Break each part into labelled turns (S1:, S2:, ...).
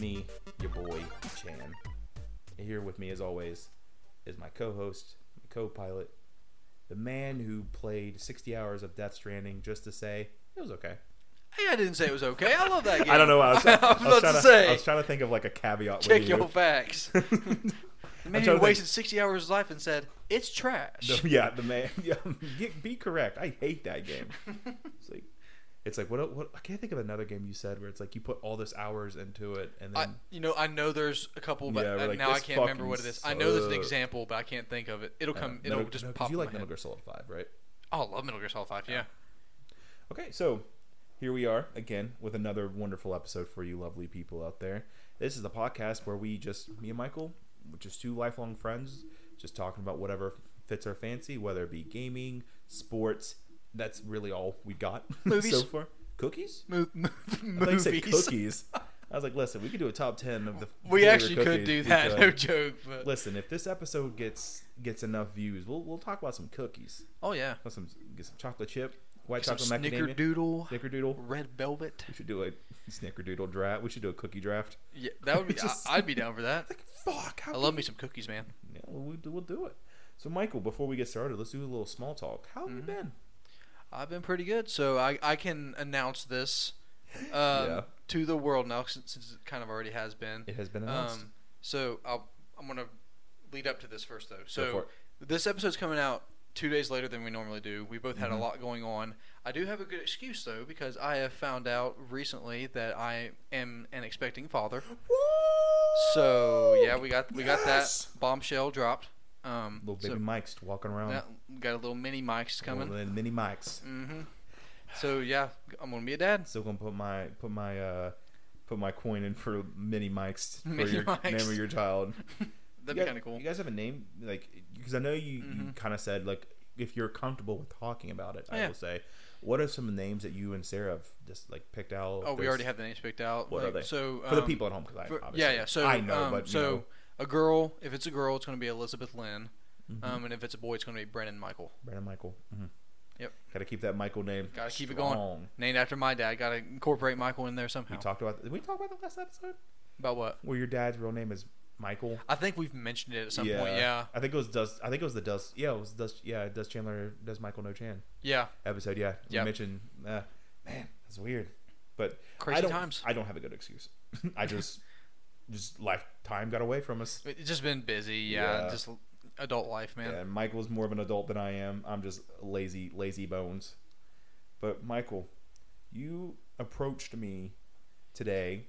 S1: me, your boy Chan. Here with me, as always, is my co-host, my co-pilot, the man who played 60 hours of Death Stranding just to say it was okay.
S2: Hey, I didn't say it was okay. I love that game.
S1: I don't know. I was, I
S2: I was
S1: was
S2: about
S1: trying
S2: to say.
S1: I was trying to think of like a caveat.
S2: Check
S1: with
S2: your
S1: you.
S2: facts.
S1: I'm
S2: Maybe
S1: trying
S2: he
S1: to
S2: wasted 60 hours of his life and said, it's trash.
S1: The- yeah, the man. Yeah, get- be correct. I hate that game. It's like, it's like what? What? I can't think of another game you said where it's like you put all this hours into it and
S2: I,
S1: then
S2: you know, I know there's a couple, but
S1: Yeah, we're
S2: uh,
S1: like,
S2: now I
S1: this
S2: can't remember
S1: fucking
S2: what it is. I know there's an
S1: sucks.
S2: example, but I can't think of it. It'll come.
S1: Metal-
S2: it'll just
S1: no, 'cause
S2: pop.
S1: You
S2: in
S1: like
S2: my
S1: Metal
S2: head.
S1: Gear Solid Five, right?
S2: Oh, I love Metal Gear Solid Five. Yeah.
S1: Okay, so here we are again with another wonderful episode for you lovely people out there. This is the podcast where we just me and Michael, just two lifelong friends, just talking about whatever fits our fancy, whether it be gaming, sports. That's really all we got so
S2: Movies.
S1: far. Cookies?
S2: Mo- mo-
S1: I thought you said
S2: movies.
S1: cookies. I was like, listen, we could do a top ten of the.
S2: We
S1: favorite
S2: actually could
S1: cookies
S2: do that.
S1: because-
S2: No joke. But
S1: listen, if this episode gets gets enough views, we'll we'll talk about some cookies.
S2: oh yeah.
S1: About some get some chocolate chip, white
S2: Some
S1: chocolate macadamia,
S2: Snickerdoodle,
S1: snickerdoodle.
S2: Red Velvet.
S1: We should do a snickerdoodle draft. We should do a cookie draft.
S2: Yeah, that would be.
S1: Just-
S2: I, I'd be down for that.
S1: Like, fuck, how
S2: I love me some cookies, man.
S1: Yeah, well, we do, we'll do it. So, Michael, before we get started, let's do a little small talk. How
S2: Mm-hmm.
S1: have you been?
S2: I've been pretty good, so I, I can announce this um,
S1: Yeah.
S2: to the world now since, since it kind of already has been.
S1: It has been announced.
S2: Um, so I'll, I'm gonna lead up to this first though.
S1: for
S2: So this episode's coming out two days later than we normally do. We both
S1: Mm-hmm.
S2: had a lot going on. I do have a good excuse though because I have found out recently that I am an expecting father. So yeah, we got we got
S1: Yes!
S2: that bombshell dropped. Um,
S1: little baby
S2: so
S1: Mike's walking around.
S2: that- got a little mini mics coming.
S1: Little mini Mike's.
S2: hmm So yeah, I'm gonna be a dad.
S1: Still gonna put my put my uh put my coin in for mini Mike's for
S2: Mini
S1: your
S2: Mike's.
S1: name of your child.
S2: That'd
S1: You
S2: be
S1: guys-
S2: kind of cool. Mm-hmm.
S1: You guys have a name like because I know you, you kind of said like if you're comfortable with talking about it, I
S2: Yeah.
S1: will say. What are some names that you and Sarah have just like picked out?
S2: Oh, we
S1: There's-
S2: already have the names picked out.
S1: What are
S2: Like,
S1: they?
S2: So
S1: for the
S2: um,
S1: people at home because I
S2: for-
S1: obviously
S2: yeah, yeah. So
S1: I know,
S2: um,
S1: but you
S2: so
S1: know,
S2: a girl, if it's a girl, it's going to be Elizabeth Lynn,
S1: Mm-hmm.
S2: um, and if it's a boy, it's going to be Brennan Michael.
S1: Brandon Michael. hmm
S2: Yep.
S1: Got to keep that Michael name.
S2: Gotta keep it going.
S1: strong.
S2: Named after my dad. Got to incorporate Michael in there
S1: We
S2: somehow.
S1: talked about did we talk about the last episode
S2: About what?
S1: where your dad's real name is Michael.
S2: I think we've mentioned it at some point. Yeah,
S1: I think it was does. I think it was the does. Yeah, it was does. Yeah, does Chandler does Michael no Chan
S2: yeah.
S1: episode. Yeah, you
S2: Yep.
S1: mentioned. Uh, man, that's weird. But I
S2: Crazy
S1: don't,
S2: times.
S1: I don't have a good excuse. I just just lifetime got away from us.
S2: It's just been busy. Yeah,
S1: Yeah.
S2: just l- adult life, man.
S1: Yeah, Michael's more of an adult than I am. I'm just lazy, lazy bones. But Michael, you approached me today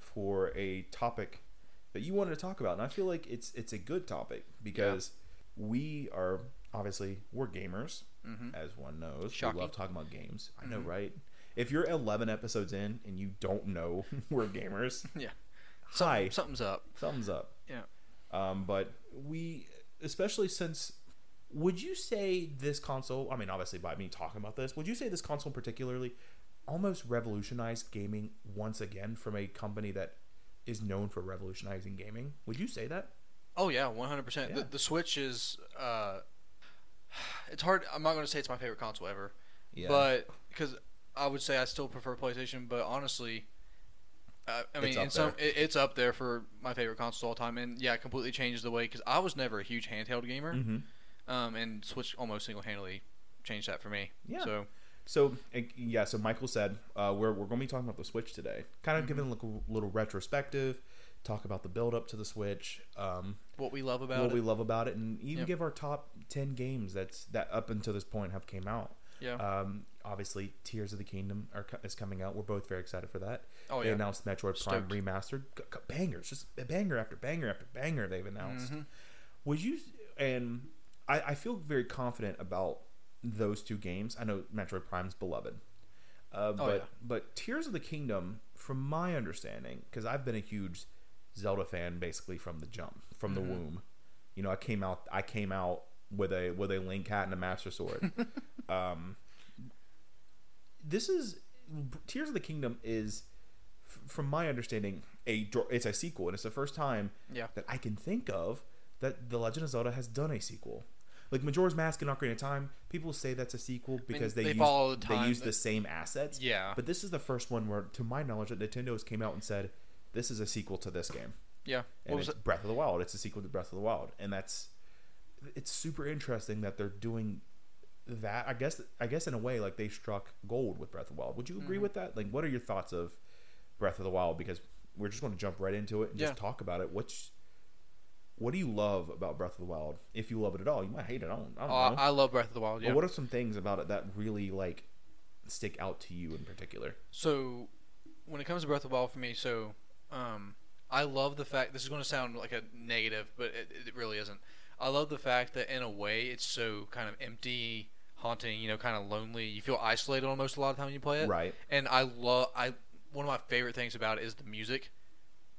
S1: for a topic that you wanted to talk about, and I feel like it's it's a good topic because we are obviously we're gamers, as one knows.
S2: Shocking.
S1: We love talking about games. I know, right? If you're 11 episodes in and you don't know we're gamers,
S2: Yeah.
S1: hi,
S2: Something's up.
S1: thumbs up.
S2: Yeah.
S1: Um, but we, especially since, would you say this console? I mean, obviously, by me talking about this, would you say this console particularly almost revolutionized gaming once again from a company that is known for revolutionizing gaming? Would you say that?
S2: Oh yeah, one hundred percent.
S1: Yeah.
S2: The the Switch is. Uh, it's hard. I'm not going to say it's my favorite console ever.
S1: Yeah.
S2: But because I would say I still prefer PlayStation, but honestly, uh, I mean,
S1: up
S2: in some, it, it's up there for my favorite consoles of all time, and yeah, it completely changes the way. Because I was never a huge handheld gamer,
S1: hmm
S2: um, and Switch almost single handedly changed that for me.
S1: Yeah.
S2: So
S1: So and- yeah, so Michael said uh, we're we're going to be talking about the Switch today, kind of giving
S2: Mm-hmm.
S1: a little, little retrospective, talk about the build up to the Switch, um,
S2: what we love about
S1: what
S2: it,
S1: we love about it, and even
S2: Yeah.
S1: give our top ten games that's that up until this point have came out.
S2: yeah,
S1: Um, obviously, Tears of the Kingdom are, co- is coming out. We're both very excited for that.
S2: Oh,
S1: they
S2: yeah.
S1: announced Metroid
S2: Stoked.
S1: Prime Remastered. C- c- bangers, just banger after banger after banger they've announced.
S2: Mm-hmm.
S1: Would you, and I, I feel very confident about those two games. I know Metroid Prime's beloved. Uh, but,
S2: Oh, yeah.
S1: but Tears of the Kingdom, from my understanding, because I've been a huge Zelda fan basically from the jump, from
S2: Mm-hmm.
S1: the womb. You know, I came out, I came out with a with a link hat and a master sword. um, this is Tears of the Kingdom is, f- from my understanding, a dr- it's a sequel, and it's the first time
S2: yeah,
S1: that I can think of that The Legend of Zelda has done a sequel. Like Majora's Mask and Ocarina of Time, people say that's a sequel because
S2: they
S1: they use,
S2: follow the
S1: they
S2: time
S1: use
S2: that-
S1: the same assets.
S2: yeah.
S1: But this is the first one where, to my knowledge, that Nintendo's came out and said, this is a sequel to this game.
S2: Yeah.
S1: And
S2: What was
S1: it's
S2: it?
S1: Breath of the Wild. It's a sequel to Breath of the Wild, and that's it's super interesting that they're doing that. I guess I guess in a way like they struck gold with Breath of the Wild. Would you
S2: Mm-hmm.
S1: agree with that? Like, what are your thoughts of Breath of the Wild? Because we're just going to jump right into it and just
S2: Yeah.
S1: talk about it. What's what do you love about Breath of the Wild? If you love it at all, you might hate it. I don't, I don't
S2: Oh, I-
S1: know.
S2: I love Breath of the Wild.
S1: But
S2: Yeah.
S1: what are some things about it that really like stick out to you in particular?
S2: So, when it comes to Breath of the Wild for me, so um, I love the fact this is going to sound like a negative, but it, it really isn't. I love the fact that in a way it's so kind of empty, haunting, you know, kind of lonely. You feel isolated almost a lot of time when you play it.
S1: Right.
S2: And I love I one of my favorite things about it is the music,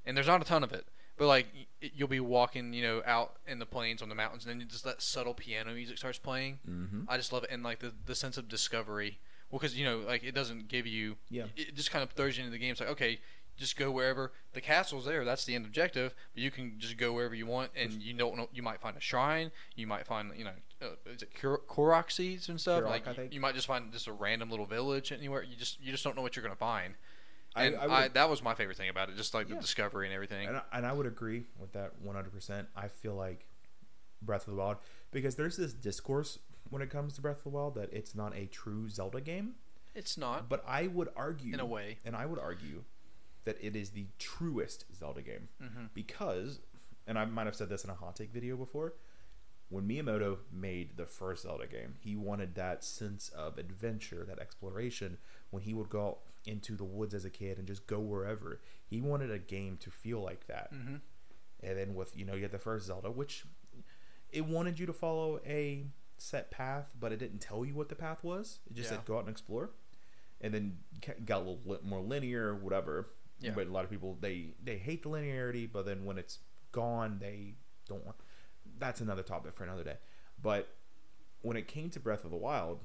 S2: and there's not a ton of it. But like y- you'll be walking, you know, out in the plains on the mountains, and then just that subtle piano music starts playing.
S1: Mm-hmm.
S2: I just love it, and like the, the sense of discovery. Well, because you know, like it doesn't give you.
S1: Yeah.
S2: It just kind of throws you into the game. It's like okay, just go wherever the castle's there. That's the end objective. But you can just go wherever you want, and you don't know. You might find a shrine. You might find you know, uh, is it Kur- Korok seeds and stuff?
S1: Kurok,
S2: like
S1: I
S2: you-
S1: think.
S2: you might just find just a random little village anywhere. You just you just don't know what you're gonna find.
S1: I-
S2: And
S1: I
S2: I,
S1: would-
S2: that was my favorite thing about it, just like
S1: Yeah.
S2: the discovery and everything.
S1: And I, and I would agree with that 100%. I feel like Breath of the Wild, because there's this discourse when it comes to Breath of the Wild that it's not a true Zelda game.
S2: It's not.
S1: But I would argue,
S2: In a way.
S1: and I would argue that it is the truest Zelda game
S2: Mm-hmm.
S1: because, and I might have said this in a hot take video before. When Miyamoto made the first Zelda game, he wanted that sense of adventure, that exploration. When he would go out into the woods as a kid and just go wherever, he wanted a game to feel like that.
S2: Mm-hmm.
S1: And then with you know you had the first Zelda, which it wanted you to follow a set path, but it didn't tell you what the path was. It just
S2: Yeah.
S1: said go out and explore, and then ca- got a little li- more linear, whatever.
S2: Yeah.
S1: But a lot of people they they hate the linearity, but then when it's gone, they don't want. That's another topic for another day. But when it came to Breath of the Wild,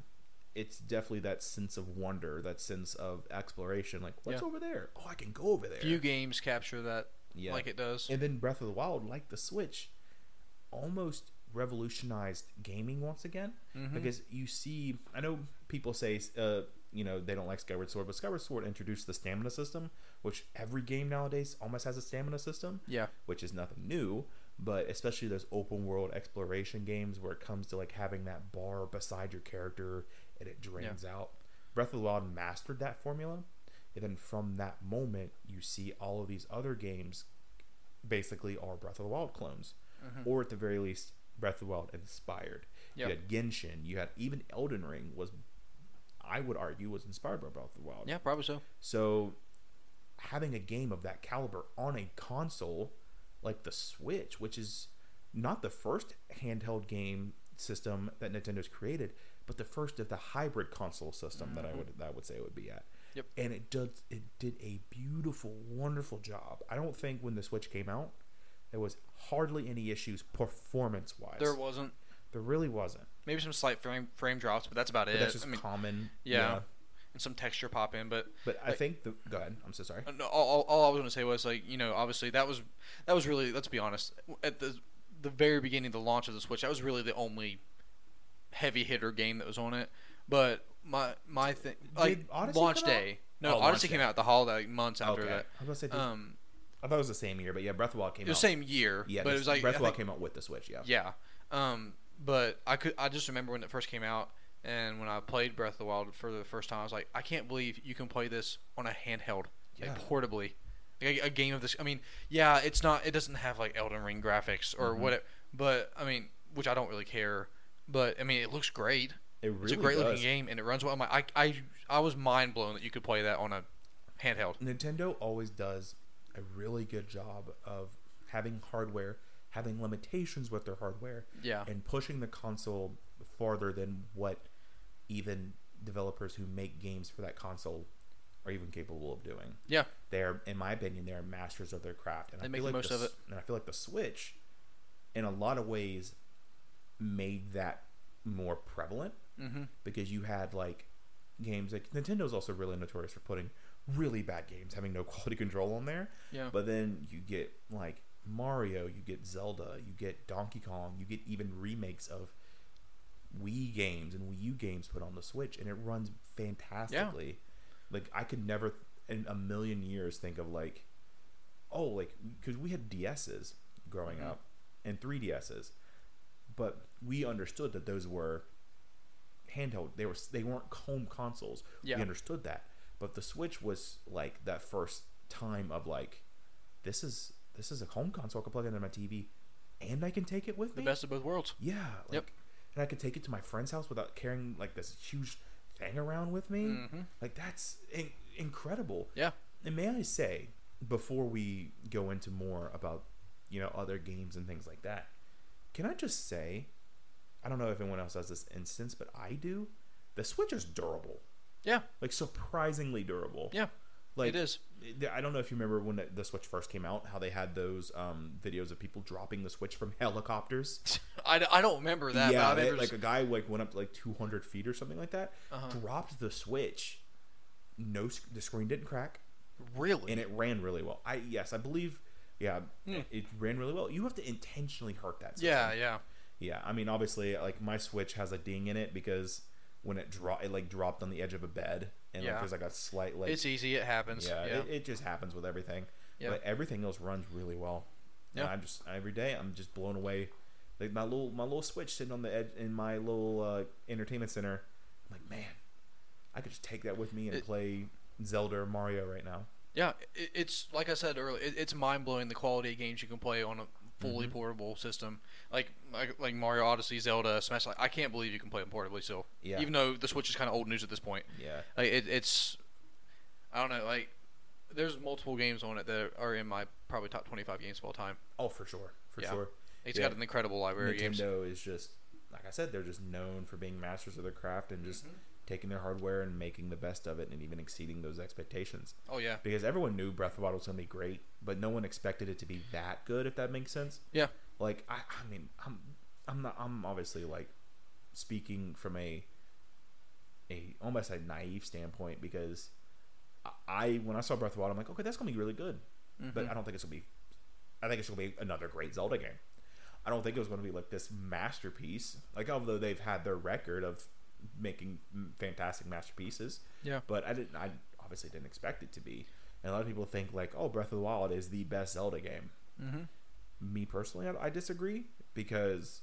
S1: it's definitely that sense of wonder, that sense of exploration. Like, what's
S2: Yeah.
S1: over there? Oh, I can go over there.
S2: Few games capture that
S1: Yeah.
S2: like it does.
S1: And then Breath of the Wild, like the Switch, almost revolutionized gaming once again because you see. I know people say, uh, you know, they don't like Skyward Sword, but Skyward Sword introduced the stamina system, which every game nowadays almost has a stamina system
S2: yeah.
S1: which is nothing new, but especially those open world exploration games where it comes to like having that bar beside your character and it drains out. Breath of the Wild mastered that formula. And then from that moment, you see all of these other games basically are Breath of the Wild clones, or at the very least, Breath of the Wild inspired. You
S2: Yeah.
S1: had Genshin, you had even Elden Ring was, I would argue, was inspired by Breath of the Wild.
S2: Yeah, probably so.
S1: So having a game of that caliber on a console like the Switch, which is not the first handheld game system that Nintendo's created, but the first of the hybrid console system that I would that I would say it would be at.
S2: Mm-hmm. Yep.
S1: And it does it did a beautiful, wonderful job. I don't think when the Switch came out, there was hardly any issues performance wise.
S2: There wasn't
S1: there really wasn't.
S2: maybe some slight frame frame drops, but that's about
S1: But
S2: it.
S1: that's just
S2: I mean,
S1: common.
S2: yeah, and some texture pop in. But
S1: But I
S2: Like-
S1: think the go ahead. I'm so sorry.
S2: uh, no, all, all, all I was going to say was like you know obviously that was that was really let's be honest at the the very beginning the launch of the Switch that was really the only heavy hitter game that was on it. But my my thing like
S1: Odyssey
S2: launch
S1: come out?
S2: day. No,
S1: Oh, launch
S2: Odyssey came
S1: day.
S2: out the holiday like, months after
S1: Okay.
S2: that.
S1: I was gonna say, did-
S2: Um,
S1: I thought it was the same year, but yeah, Breath of the Wild came
S2: it was
S1: out.
S2: same year,
S1: Oh. yeah,
S2: but it was like
S1: Breath
S2: I
S1: of the Wild
S2: think-
S1: came out with the Switch. Yeah.
S2: Yeah. Um, but I could I just remember when it first came out and when I played Breath of the Wild for the first time, I was like, I can't believe you can play this on a handheld,
S1: Yeah.
S2: like portably. Like a, a game of this I mean, yeah, it's not it doesn't have like Elden Ring graphics
S1: Mm-hmm.
S2: or what it but I mean, which I don't really care. But I mean it looks great.
S1: It really
S2: it's a great
S1: does.
S2: looking game and it runs well. I'm like, I I I was mind blown that you could play that on a handheld.
S1: Mm. Nintendo always does a really good job of having hardware, having limitations with their hardware,
S2: Yeah.
S1: and pushing the console farther than what even developers who make games for that console are even capable of doing.
S2: Yeah.
S1: They're, in my opinion, they're masters of their craft, and
S2: They
S1: I
S2: make
S1: feel
S2: the
S1: like
S2: most
S1: the
S2: of
S1: S- And I feel like the Switch, in a lot of ways, made that more prevalent
S2: mm-hmm,
S1: because you had like games like Nintendo's also really notorious for putting really bad games having no quality control on there.
S2: Yeah.
S1: But then you get like Mario, you get Zelda, you get Donkey Kong, you get even remakes of Wii games and Wii U games put on the Switch, and it runs fantastically. Like I could never in a million years think of like, oh, like because we had DSs growing
S2: Mm-hmm.
S1: up and 3DSs, but we understood that those were handheld. They were they weren't home consoles.
S2: Yeah.
S1: We understood that, but the Switch was like that first time of like, this is this is a home console. I can plug it into my TV, and I can take it with
S2: The
S1: me.
S2: best of both worlds.
S1: Yeah. Like,
S2: Yep.
S1: And I could take it to my friend's house without carrying like this huge thing around with me.
S2: Mhm.
S1: Like that's in- incredible.
S2: Yeah.
S1: And may I say, before we go into more about you know other games and things like that, can I just say, I don't know if anyone else has this instance, but I do. The Switch is durable,
S2: Yeah.
S1: like surprisingly durable.
S2: Yeah.
S1: like
S2: it is.
S1: th- I don't know if you remember when the- the Switch first came out, how they had those um, videos of people dropping the Switch from helicopters.
S2: I, d- I don't remember that.
S1: yeah,
S2: but I
S1: they-
S2: remember
S1: like
S2: s-
S1: a guy like went up to like 200 feet or something like that,
S2: Uh-huh.
S1: dropped the switch. No, sc- the screen didn't crack,
S2: really.
S1: and it ran really well. I yes, I believe, yeah, it ran really well. You have to intentionally hurt that. System.
S2: Hmm. yeah. Yeah.
S1: yeah. I mean, obviously, like my switch has a ding in it because when it dro- it like dropped on the edge of a bed, and
S2: Yeah.
S1: like there's like a slight like
S2: It's easy. It happens.
S1: yeah,
S2: Yeah.
S1: It, it just happens with everything.
S2: Yeah.
S1: But everything else runs really well.
S2: Yeah.
S1: And I'm just every day I'm just blown away. Like my little my little switch sitting on the edge in my little uh, entertainment center. I'm like, man, I could just take that with me and
S2: It-
S1: play Zelda or Mario right now.
S2: Yeah, it, it's like I said earlier. It, it's mind blowing the quality of games you can play on a fully
S1: Mm-hmm.
S2: portable system, like, like like Mario Odyssey, Zelda, Smash. Like, I can't believe you can play them portably still.
S1: Yeah.
S2: Even though the Switch is kind of old news at this point,
S1: Yeah.
S2: like it, it's, I don't know. Like, there's multiple games on it that are in my probably top 25 games of all time.
S1: Oh, for sure, for
S2: Yeah.
S1: sure.
S2: It's
S1: Yeah.
S2: got an incredible library of games.
S1: Nintendo is just like I said, they're just known for being masters of their craft and just
S2: Mm-hmm.
S1: taking their hardware and making the best of it and even exceeding those expectations.
S2: Oh yeah,
S1: Because everyone knew Breath of the Wild was gonna be great, but no one expected it to be that good. If that makes sense.
S2: yeah,
S1: like I, I mean I'm I'm not I'm obviously like speaking from a a almost a naive standpoint because I- I when I saw Breath of the Wild I'm like okay that's gonna be really good
S2: Mm-hmm.
S1: but I don't think it's gonna be I think it's gonna be another great Zelda game I don't think it was gonna be like this masterpiece like although they've had their record of making fantastic masterpieces
S2: yeah.
S1: but I didn't I obviously didn't expect it to be and a lot of people think like oh Breath of the Wild is the best Zelda game
S2: Mm-hmm.
S1: me personally, I, I disagree because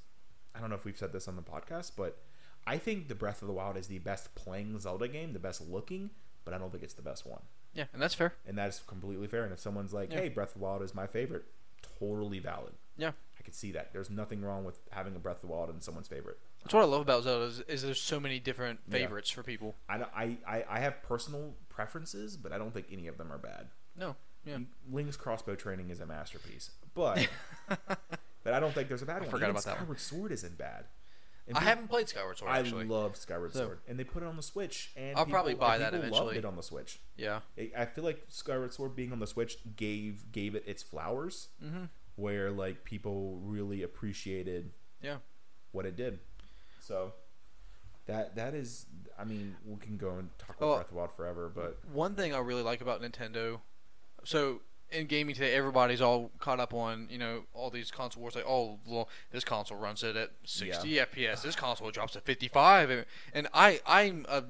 S1: I don't know if we've said this on the podcast, but I think the Breath of the Wild is the best playing Zelda game, the best looking, but I don't think it's the best one.
S2: Yeah, and that's fair.
S1: And that's completely fair. And if someone's like,
S2: Yeah.
S1: hey, Breath of the Wild is my favorite, totally valid.
S2: Yeah,
S1: I could see that. There's nothing wrong with having a Breath of the Wild and someone's favorite.
S2: that's what I love about Zelda is, is there's so many different
S1: Yeah.
S2: favorites for people.
S1: I, don't- I, I, I have personal preferences, but I don't think any of them are bad.
S2: No, yeah.
S1: Link's crossbow training is a masterpiece, but but I don't think there's a bad one.
S2: forgot
S1: Even
S2: about that one.
S1: Skyward Sword isn't bad. And
S2: I
S1: people-
S2: haven't played Skyward Sword actually.
S1: I love Skyward
S2: So-
S1: Sword, and they put it on the Switch. And
S2: I'll probably buy
S1: and
S2: that
S1: people
S2: eventually.
S1: Loved it on the Switch.
S2: yeah.
S1: I- I feel like Skyward Sword being on the Switch gave gave it its flowers,
S2: Mm-hmm.
S1: where like people really appreciated
S2: Yeah.
S1: what it did. So that that is, I mean, we can go and talk about
S2: Well-
S1: Breath of the Wild forever, but
S2: One thing I really like about Nintendo, so in gaming today, everybody's all caught up on you know all these console wars. Like, oh, well, this console runs it at 60 FPS. This console drops to 55, and, and I I'm a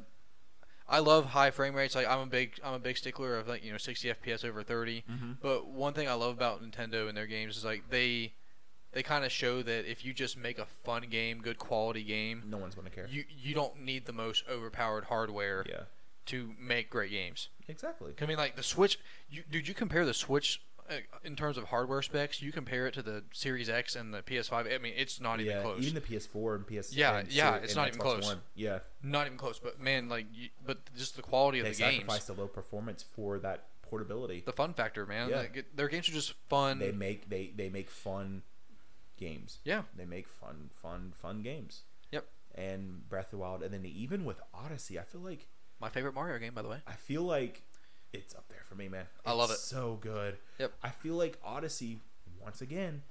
S2: I love high frame rates. Like I'm a big I'm a big stickler of like you know 60 FPS over 30. But one thing I love about Nintendo and their games is like they they kind of show that if you just make a fun game, good quality game,
S1: no one's going to care.
S2: you you don't need the most overpowered hardware
S1: yeah,
S2: to make great games.
S1: exactly.
S2: I mean, like the Switch, you, dude. You compare the Switch uh, in terms of hardware specs. You compare it to the Series X and the PS5. I mean, it's not even
S1: yeah,
S2: close.
S1: even the PS4 and PS.
S2: Yeah,
S1: and
S2: yeah,
S1: Siri-
S2: it's
S1: and
S2: not even
S1: Xbox
S2: close.
S1: One. Yeah,
S2: not even close. But man, like, you, but just the quality of
S1: they
S2: the games,
S1: sacrificed a low performance for that portability.
S2: the fun factor, man.
S1: Yeah.
S2: Like, it- their games are just fun.
S1: they make they they make fun games.
S2: yeah.
S1: They make fun fun fun games.
S2: Yep.
S1: And Breath of the Wild, and then even with Odyssey, I feel like
S2: My favorite Mario game, by the way.
S1: I feel like it's up there for me, man.
S2: I love
S1: It's
S2: it.
S1: So good.
S2: Yep.
S1: I feel like Odyssey once again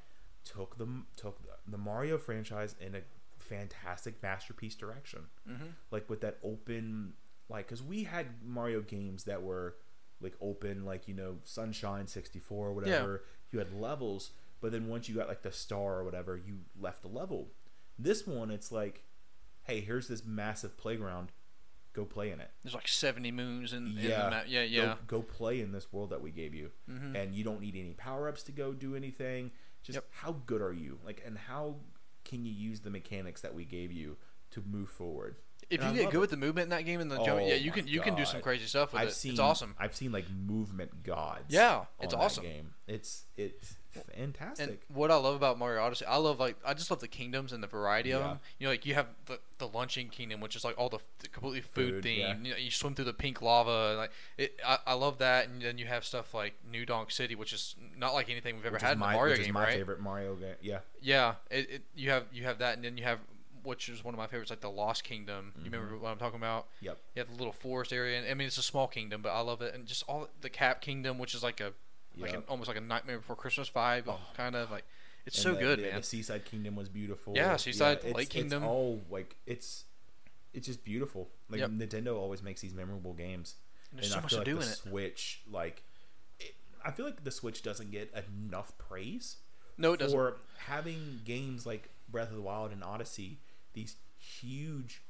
S1: took the took the- the Mario franchise in a fantastic masterpiece direction.
S2: Mhm.
S1: Like with that open like cuz we had Mario games that were like open like you know Sunshine 64 or whatever. You had levels, but then once you got like the star or whatever, you left the level. This one it's like hey, here's this massive playground. go play in it.
S2: There's like 70 moons in, in
S1: Yeah.
S2: the map. Yeah, yeah. Mm-hmm.
S1: Go, go play in this world that we gave you, and you don't need any power ups to go do anything. Just
S2: Yep.
S1: how good are you? Like, and how can you use the mechanics that we gave you to move forward?
S2: If
S1: And I
S2: you get
S1: love
S2: good
S1: it.
S2: with the movement in that game and the jump,
S1: Oh
S2: yeah, you
S1: my
S2: can you can do some
S1: God.
S2: crazy stuff with
S1: I've
S2: it.
S1: seen
S2: it's awesome.
S1: I've seen like movement gods.
S2: Yeah, it's
S1: on that
S2: awesome.
S1: game. It's it's fantastic.
S2: And what I love about Mario Odyssey, I love like I just love the kingdoms and the variety of
S1: Yeah.
S2: them. You know, like you have the, the luncheon kingdom, which is like all the, the completely food,
S1: Food,
S2: themed.
S1: yeah.
S2: You know, you swim through the pink lava. And, like it, I, I love that. And then you have stuff like New Donk City, which is not like anything we've ever
S1: Which is
S2: had in a
S1: my,
S2: Mario
S1: which
S2: game,
S1: is my
S2: right?
S1: favorite Mario game. Yeah,
S2: Yeah, it, it, you have you have that, and then you have which is one of my favorites, like the Lost Kingdom.
S1: Mm-hmm.
S2: You remember what I'm talking about?
S1: yep.
S2: You have the little forest area, and I mean it's a small kingdom, but I love it, and just all the Cap Kingdom, which is like a like an,
S1: Yep.
S2: almost like a Nightmare Before Christmas vibe, kind of like it's
S1: Oh. And the-
S2: so good,
S1: the,
S2: man.
S1: The Seaside Kingdom was beautiful.
S2: Yeah, Seaside,
S1: it's-
S2: Lake Kingdom.
S1: It's all like it's it's just beautiful. Like
S2: Yep.
S1: Nintendo always makes these memorable games.
S2: There's so
S1: I
S2: much
S1: feel
S2: to
S1: like
S2: do
S1: the
S2: in it.
S1: Switch, like it, I feel like the Switch doesn't get enough praise
S2: No, it doesn't.
S1: for having games like Breath of the Wild and Odyssey, these huge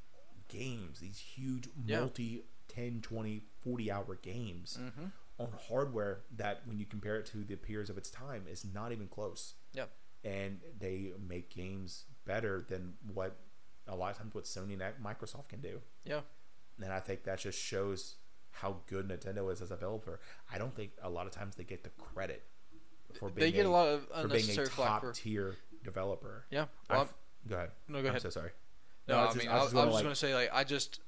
S1: games, these huge
S2: Yeah.
S1: multi 10, 20, 40 hour games
S2: Mm-hmm.
S1: on hardware that when you compare it to the peers of its time is not even close
S2: Yeah,
S1: and they make games better than what a lot of times what Sony and Microsoft can do.
S2: yeah,
S1: And I think that just shows how good Nintendo is as a developer. I don't think a lot of times they get the credit for being
S2: they get a, lot of
S1: for being a
S2: unnecessary flack
S1: top
S2: for.
S1: tier developer.
S2: Yeah,
S1: I've-
S2: well, I'm-
S1: go ahead.
S2: No, go
S1: I'm
S2: ahead.
S1: so sorry.
S2: no,
S1: was
S2: I
S1: just-
S2: mean
S1: I was just
S2: I, I
S1: gonna,
S2: was
S1: like-
S2: gonna say like I just,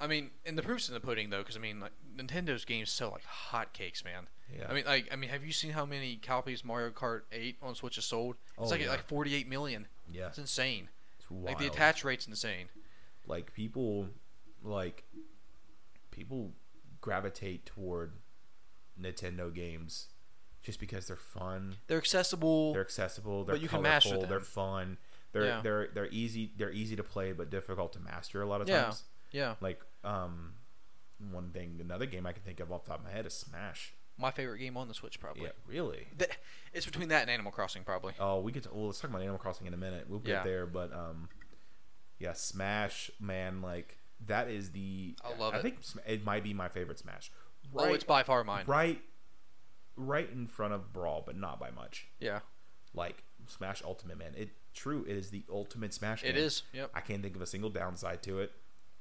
S2: I mean, and the proof's in the pudding though, because I mean like Nintendo's games sell like hotcakes, man.
S1: Yeah.
S2: I mean, like, I mean, have you seen how many copies Mario Kart 8 on Switch has sold? It's
S1: Oh,
S2: like
S1: yeah.
S2: like 48 million.
S1: Yeah.
S2: It's insane.
S1: It's wild.
S2: Like the attach rate's insane.
S1: like people like people gravitate toward Nintendo games just because they're fun.
S2: They're accessible.
S1: They're accessible. They're
S2: But you can master
S1: colorful. They're
S2: them.
S1: fun. They're
S2: Yeah.
S1: they're they're easy. They're easy to play, but difficult to master a lot of
S2: Yeah.
S1: times.
S2: yeah.
S1: Like um, one thing, another game I can think of off the top of my head is Smash.
S2: My favorite game on the Switch probably.
S1: Yeah, really.
S2: Th- it's between that and Animal Crossing probably.
S1: Oh, we get to. Well, let's talk about Animal Crossing in a minute. We'll get
S2: Yeah.
S1: there, but um, yeah, Smash, man, like that is the.
S2: I love
S1: I
S2: it.
S1: think Sm- it might be my favorite Smash.
S2: Oh, it's by far mine.
S1: right, right in front of Brawl, but not by much.
S2: Yeah.
S1: Like Smash Ultimate, man. It true. It is the ultimate Smash.
S2: It
S1: game.
S2: is. Yep.
S1: I can't think of a single downside to it.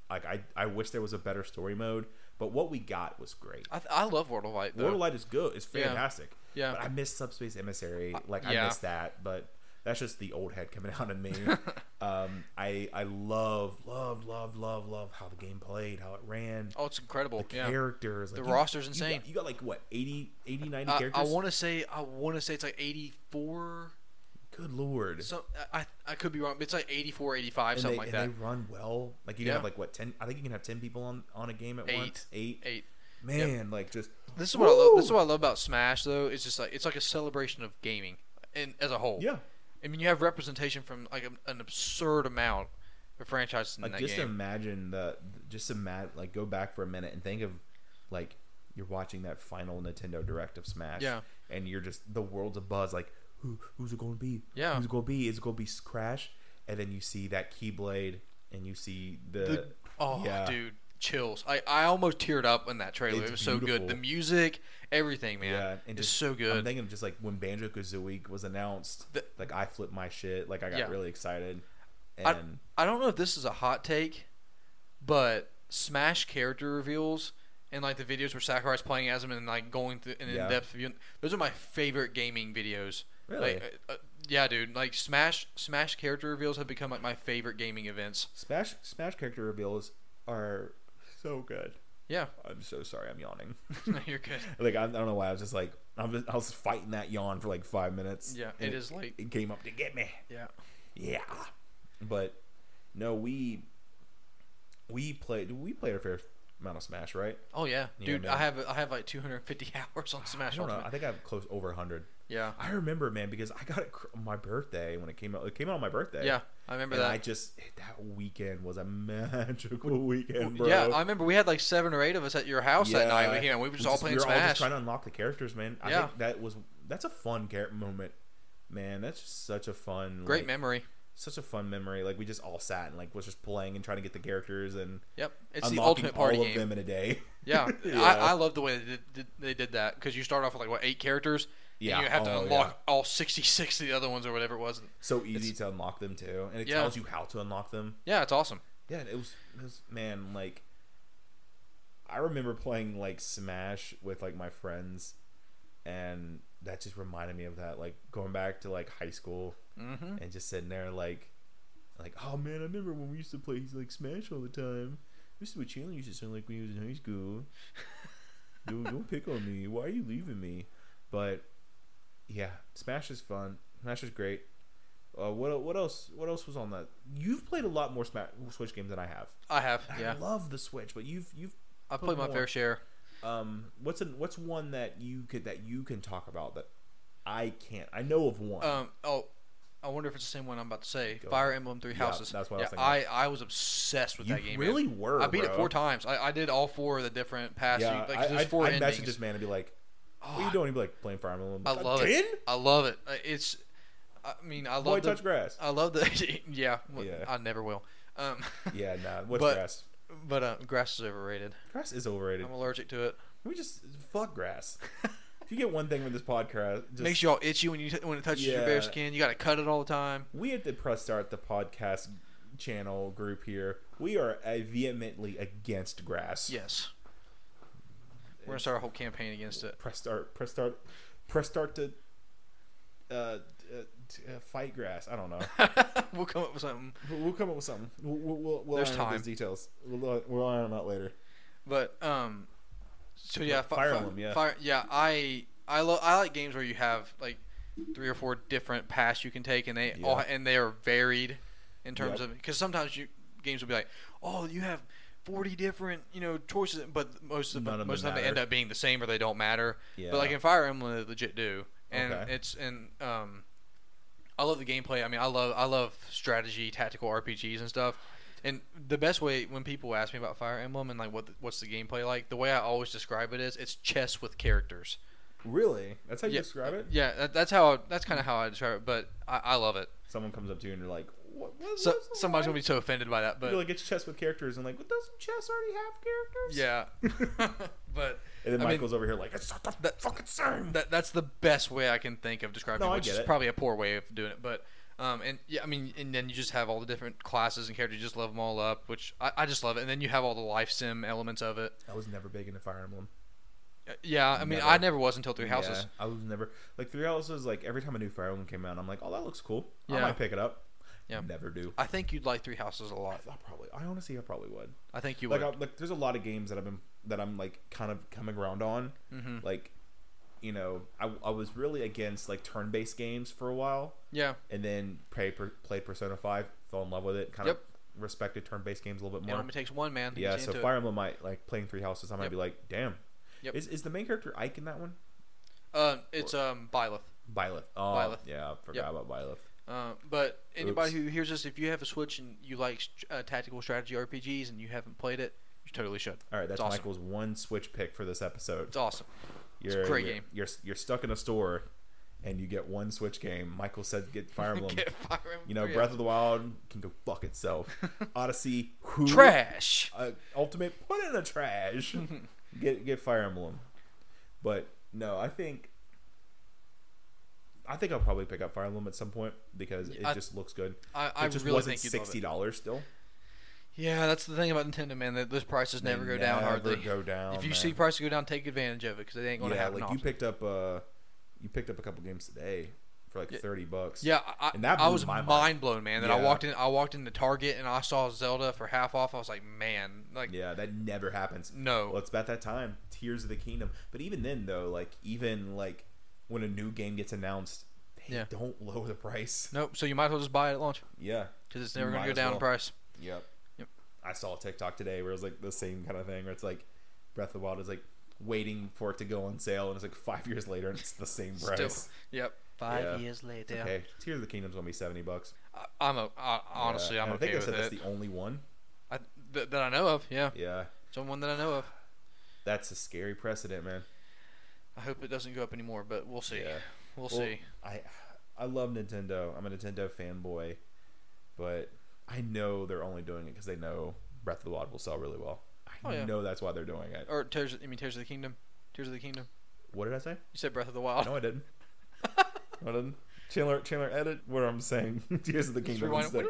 S1: Like I, I wish there was a better story mode, but what we got was great.
S2: I, th- I love World of Light though.
S1: World of Light is good. It's
S2: Yeah.
S1: fantastic.
S2: Yeah.
S1: But I miss Subspace Emissary. Like
S2: yeah.
S1: I miss that, but that's just the old head coming out of me. um, I I love love love love love how the game played, how it ran,
S2: Oh, it's incredible.
S1: the
S2: Yeah.
S1: characters. Like
S2: The roster's
S1: you got-
S2: insane.
S1: You got, like what 80, 80 90
S2: I,
S1: characters.
S2: want to say I want to say it's like 84.
S1: good lord.
S2: Some I I could be wrong. But it's like 84, 85,
S1: and
S2: something
S1: they,
S2: like
S1: and
S2: that.
S1: they run well. Like you can
S2: Yeah.
S1: have like what ten? I think you can have ten people on on a game at
S2: Eight.
S1: once. Eight.
S2: Eight.
S1: Man, like just
S2: This is what I love. This is
S1: Woo!
S2: what I love about Smash though. It's just like it's like a celebration of gaming, and as a whole.
S1: yeah.
S2: I mean, you have representation from like a, an absurd amount of franchises in
S1: Like
S2: that
S1: just
S2: game.
S1: imagine the just imagine like go back for a minute and think of like you're watching that final Nintendo Direct of Smash.
S2: Yeah.
S1: And you're just the world's a buzz. Like who who's it going to be?
S2: Yeah.
S1: Who's it going to be? Is it going to be Crash? And then you see that Keyblade, and you see the,
S2: The- oh,
S1: yeah.
S2: dude, chills. I, I almost teared up in that trailer.
S1: It's
S2: it was so good. The
S1: beautiful.
S2: music, everything, man.
S1: Yeah, and
S2: it's
S1: just,
S2: so
S1: I'm
S2: good.
S1: thinking of just like when Banjo Kazooie was announced,
S2: The-
S1: like I flipped my shit, like I got
S2: Yeah.
S1: really excited.
S2: I,
S1: And
S2: I don't know if this is a hot take, but Smash character reveals and like the videos where Sakurai's playing as him and like going through an
S1: Yeah.
S2: in-depth view. Those are my favorite gaming videos.
S1: Really?
S2: Like, uh, uh, yeah, dude. Like Smash Smash character reveals have become like my favorite gaming events.
S1: Smash Smash character reveals are so good.
S2: Yeah,
S1: I'm so sorry, I'm yawning.
S2: you're good.
S1: like I, I don't know why I was just like I'm just, I was fighting that yawn for like five minutes.
S2: Yeah,
S1: and
S2: it is late.
S1: It came up to get me.
S2: Yeah.
S1: Yeah, but no, we we played we played a fair amount of Smash, right?
S2: Oh yeah,
S1: Yeah,
S2: dude.
S1: man.
S2: I have I have like 250 hours on
S1: I
S2: Smash
S1: don't know.
S2: Ultimate.
S1: I think I have close over hundred.
S2: Yeah,
S1: I remember, man, because I got it cr- on my birthday when it came out. It came out on my birthday.
S2: yeah. I remember
S1: and
S2: that.
S1: I just that weekend was a magical weekend, bro.
S2: yeah, I remember we had like seven or eight of us at your house that night.
S1: Yeah.
S2: We, you know, we were just all playing
S1: we were
S2: Smash.
S1: All just trying to unlock the characters, man. I
S2: Yeah.
S1: think that was that's a fun character moment, man. That's just such a fun
S2: Great
S1: like,
S2: memory.
S1: such a fun memory. Like we just all sat and like was just playing and trying to get the characters and
S2: Yep, it's the
S1: unlocking
S2: ultimate party
S1: all
S2: game.
S1: of them in a day.
S2: Yeah,
S1: Yeah.
S2: I, I love the way they did- did, they did that because you start off with like what eight characters,
S1: Yeah,
S2: and you have to
S1: oh,
S2: unlock all sixty six of the other ones or whatever it was.
S1: So easy to unlock them too, and it
S2: Yeah.
S1: tells you how to unlock them.
S2: Yeah, it's awesome.
S1: Yeah, it was, it was man like. I remember playing like Smash with like my friends, and that just reminded me of that. Like going back to like high school
S2: Mm-hmm.
S1: and just sitting there like, like oh man, I remember when we used to play like Smash all the time. This is what Chandler used to sound like when he was in high school. don't, don't pick on me. Why are you leaving me? But yeah, Smash is fun. Smash is great. Uh, what el- what else? What else was on that? You've played a lot more Smash, Switch games than I have.
S2: I have.
S1: And
S2: Yeah,
S1: I love the Switch, but you've you've
S2: I've played my
S1: more.
S2: fair share.
S1: um what's an, what's one that you could that you can talk about that I can't. I know of one.
S2: Um, oh, I wonder if it's the same one I'm about to say.
S1: Go
S2: Fire
S1: ahead.
S2: Emblem Three
S1: Yeah,
S2: Houses.
S1: that's what I was
S2: yeah, I, I was obsessed with
S1: you
S2: that game. man.
S1: really were.
S2: I beat it
S1: bro.
S2: four times. I, I did all four of the different paths.
S1: Yeah,
S2: Yeah, like,
S1: I,
S2: 'cause there's four
S1: I, I
S2: endings.
S1: messaged this man and be like,
S2: Oh,
S1: "What are you doing?" He'd be like, "Playing Fire Emblem."
S2: I love
S1: Again?
S2: it. I love it. Uh, It's. I mean, I
S1: Boy,
S2: love the.
S1: touch grass.
S2: I love the. yeah, well,
S1: Yeah.
S2: I never will. Um,
S1: yeah, nah. What's
S2: But-
S1: grass?
S2: but uh, grass is overrated.
S1: Grass is overrated.
S2: I'm allergic to it.
S1: Can we just fuck grass? if you get one thing with this podcast, just,
S2: Makes you all itchy when you t- when it touches your
S1: Yeah.
S2: bare skin. You got to cut it all the time.
S1: we at the press start the podcast channel group here. We are uh, vehemently against grass.
S2: Yes. We're gonna start a whole campaign against it.
S1: press start press start press start to uh, uh, t- uh fight grass i don't know
S2: we'll come up with something.
S1: But we'll come up with something we'll we'll, we'll, we'll
S2: There's
S1: iron out
S2: time.
S1: those details we'll, we'll iron them out later
S2: But um, so yeah, fi-
S1: Fire
S2: fi-
S1: Emblem, yeah.
S2: fire, yeah. I I love I like games where you have like three or four different paths you can take, and they all
S1: Yeah.
S2: and they are varied in terms
S1: Yep.
S2: of because sometimes you games will be like, oh, you have forty different you know choices, but most of
S1: None
S2: them,
S1: of them
S2: most of them they end
S1: matter.
S2: up being the same or they don't matter.
S1: yeah
S2: But like in Fire Emblem, they legit do, and
S1: Okay.
S2: it's and um, I love the gameplay. I mean, I love I love strategy, tactical RPGs and stuff. And the best way when people ask me about Fire Emblem and like what the, what's the gameplay like, the way I always describe it is it's chess with characters.
S1: really that's how you
S2: Yeah.
S1: describe it
S2: Yeah, that, that's how that's kind of how I describe it. But I, I love it.
S1: someone comes up to you and you're like what, what
S2: So somebody's gonna be so offended by that,
S1: you're
S2: but
S1: like it's chess with characters and like well, doesn't chess already have characters
S2: yeah. but
S1: and then
S2: I mean-
S1: michael's over here like it's not the
S2: That-
S1: fucking same
S2: that that's the best way I can think of describing
S1: No,
S2: it,
S1: I
S2: which
S1: get
S2: is
S1: it.
S2: probably a poor way of doing it, but um, and yeah, I mean, and then you just have all the different classes and characters, you just love them all up, which I, I just love it. And then you have all the life sim elements of it.
S1: i was never big into fire emblem
S2: Uh, Yeah, I mean,
S1: Never.
S2: I never was until Three Houses.
S1: Yeah, I was never like Three Houses. Like every time a new Fire Emblem came out, I'm like, oh, that looks cool. I
S2: Yeah.
S1: might pick it up.
S2: Yeah.
S1: Never do.
S2: I think you'd like Three Houses a
S1: I,
S2: lot.
S1: I probably. I honestly, I probably would.
S2: I think you
S1: Like,
S2: would.
S1: I, like, there's a lot of games that I've been that I'm like kind of coming around on.
S2: Mhm.
S1: Like, you know, I, I was really against like turn-based games for a while,
S2: yeah,
S1: and then play, per, played Persona Five, fell in love with it, kind
S2: Yep.
S1: of respected turn-based games a little bit
S2: it
S1: more.
S2: only takes one man. To
S1: Yeah.
S2: get you
S1: So
S2: into
S1: Fire Emblem might like playing Three Houses. I might
S2: Yep.
S1: be like, damn.
S2: Yep.
S1: Is is the main character Ike in that one?
S2: it. Uh, it's um Byleth.
S1: Byleth. Oh,
S2: Byleth.
S1: yeah, I forgot
S2: Yep.
S1: about Byleth.
S2: Uh, but anybody who hears this, if you have a Switch and you like st- uh, tactical strategy RPGs and you haven't played it, you totally should.
S1: All right, that's
S2: It's awesome.
S1: Michael's one Switch pick for this episode.
S2: It's awesome. a
S1: You're,
S2: great
S1: you're,
S2: game.
S1: You're you're stuck in a store, and you get one Switch game. Michael said, "Get Fire Emblem."
S2: Get Fire Emblem
S1: you know,
S2: Three
S1: Breath of the Wild can go fuck itself. Odyssey, who
S2: trash.
S1: uh, Ultimate, put in the trash. get get Fire Emblem. But no, I think I think I'll probably pick up Fire Emblem at some point because it
S2: I-
S1: just looks good.
S2: I, I
S1: it just
S2: really
S1: wasn't
S2: think you'd love
S1: sixty
S2: it.
S1: dollars still.
S2: Yeah, that's the thing about Nintendo, man. That those prices
S1: They
S2: never go down
S1: never
S2: hardly.
S1: go down,
S2: if you
S1: man.
S2: see prices go down, take advantage of it because it ain't gonna
S1: yeah,
S2: happen.
S1: like
S2: often.
S1: you picked up uh you picked up a couple games today for like
S2: Yeah.
S1: thirty bucks.
S2: yeah, I, I-
S1: and that
S2: I
S1: blew
S2: was
S1: my mind.
S2: mind, blown, man. That I
S1: Yeah.
S2: walked in, I walked into Target and I saw Zelda for half off. I was like, man, like
S1: Yeah, that never happens.
S2: no,
S1: Well, it's about that time. Tears of the Kingdom. But even then, though, like even like when a new game gets announced, they
S2: Yeah.
S1: don't lower the price.
S2: nope. So you might as well just buy it at launch
S1: Yeah.
S2: because it's
S1: You
S2: never
S1: might
S2: gonna go
S1: as
S2: down
S1: well.
S2: in price.
S1: Yep.
S2: Yep.
S1: I saw a TikTok today where it was like the same kind of thing where it's like Breath of the Wild is like waiting for it to go on sale, and it's like five years later, and it's the same price.
S2: Still, yep. Five
S1: Yeah.
S2: years later,
S1: Okay. Tears of the Kingdom's gonna be seventy bucks.
S2: I, I'm a, I, honestly,
S1: Yeah.
S2: I'm
S1: And I think
S2: okay
S1: I
S2: with
S1: said
S2: it.
S1: that's the only one.
S2: I, th- that I know of, yeah.
S1: Yeah.
S2: Someone that I know of.
S1: That's a scary precedent, man.
S2: I hope it doesn't go up anymore, but we'll see.
S1: Yeah.
S2: We'll,
S1: Well,
S2: see.
S1: I I love Nintendo. I'm a Nintendo fanboy, But I know they're only doing it because they know Breath of the Wild will sell really well. I
S2: Oh, yeah.
S1: know that's why they're doing it.
S2: Or Tears. I mean Tears of the Kingdom. Tears of the Kingdom.
S1: What did I say?
S2: You said Breath of the Wild.
S1: No, I didn't. No, I didn't. Chandler, Chandler, edit where I'm saying Tears of the
S2: Just
S1: Kingdom.
S2: rewind.
S1: instead.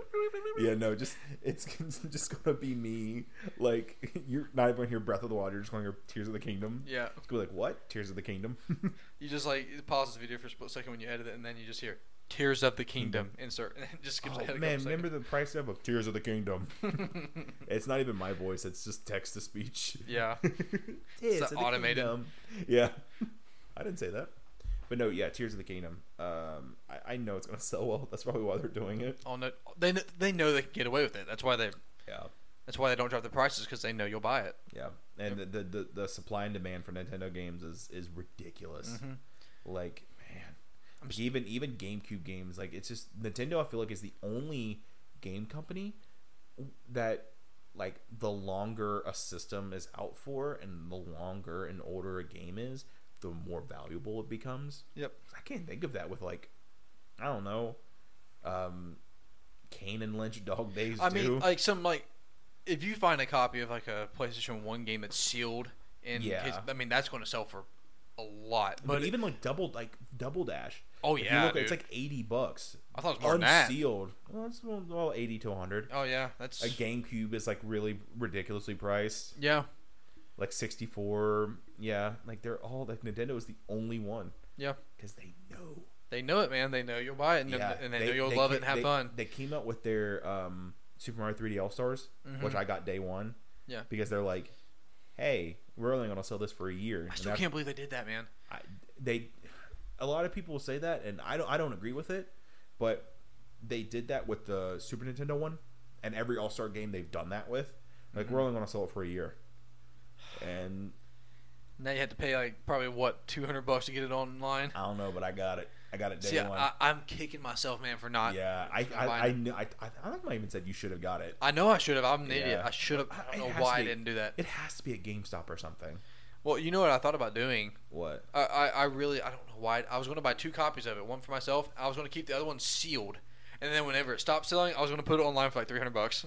S1: Yeah, no, just it's, it's just gonna be me. Like you're not even gonna hear Breath of the Wild. You're just going to hear Tears of the Kingdom.
S2: Yeah.
S1: It's gonna be like what Tears of the Kingdom.
S2: You just like pause the video for a split second when you edit it, and then you just hear Tears of the Kingdom. Insert and it just skips ahead.
S1: oh
S2: a
S1: man,
S2: couple
S1: remember the price tag of Tears of the Kingdom?
S2: seconds.
S1: it's not even my voice. It's just text to speech.
S2: yeah.
S1: Tears
S2: the
S1: of the
S2: automated-
S1: Kingdom. Yeah, I didn't say that. But no, yeah, Tears of the Kingdom. Um, I, I know it's gonna sell well. That's probably why they're doing it.
S2: Oh no. They kn- they know they can get away with it. That's why they
S1: Yeah.
S2: that's why they don't drop the prices because they know you'll buy it.
S1: Yeah, and the, the the the supply and demand for Nintendo games is is ridiculous.
S2: Mm-hmm.
S1: Like man, Like, even even GameCube games, like it's just Nintendo. I feel like is the only game company that like the longer a system is out for, and the longer and older a game is, the more valuable it becomes.
S2: Yep.
S1: I can't think of that with like, I don't know, um, Kane and Lynch Dog Days.
S2: I
S1: 2.
S2: mean, uh, like some like if you find a copy of like a PlayStation One game that's sealed in
S1: Yeah.
S2: case, I mean that's going to sell for a lot.
S1: But,
S2: But,
S1: even like double like double dash.
S2: Oh,
S1: If you
S2: yeah,
S1: look, it's
S2: dude.
S1: like eighty bucks.
S2: I thought it was more than that.
S1: unsealed. Well, it's well, well, eighty to hundred.
S2: oh yeah, that's
S1: A GameCube is like really ridiculously priced,
S2: yeah,
S1: like sixty four. Yeah, like they're all like Nintendo is the only one
S2: yeah.
S1: because they know.
S2: They know it, man. They know you'll buy it, and,
S1: yeah,
S2: and they, know you'll love
S1: ca-
S2: it and have
S1: they-
S2: fun.
S1: They came out with their um, Super Mario 3D All Stars, which I got day one.
S2: Mm-hmm. Yeah.
S1: because they're like, hey, we're only gonna sell this for a year.
S2: I
S1: and
S2: still
S1: after-
S2: can't believe they did that, man.
S1: I, they a lot of people say that and I don't I don't agree with it, but they did that with the Super Nintendo one and every All-Star game they've done that with. Like
S2: Mm-hmm.
S1: we're only going to sell it for a year. And
S2: Now you had to pay like probably what two hundred bucks to get it online.
S1: I don't know, but I got it. I got it day
S2: See,
S1: one.
S2: I, I'm kicking myself, man, for not.
S1: yeah, I
S2: for
S1: I, I,
S2: buying it.
S1: kn- I I I think I even said you should have got it.
S2: I know I should have. I'm an idiot.
S1: Yeah.
S2: I should have. I
S1: It
S2: don't
S1: has
S2: know why
S1: to
S2: I
S1: be-
S2: didn't do that.
S1: It has to be a GameStop or something.
S2: Well, you know what I thought about doing.
S1: What?
S2: I, I, I really I don't know why I was going to buy two copies of it, one for myself. I was going to keep the other one sealed, and then whenever it stopped selling, I was going to put it online for like three hundred bucks.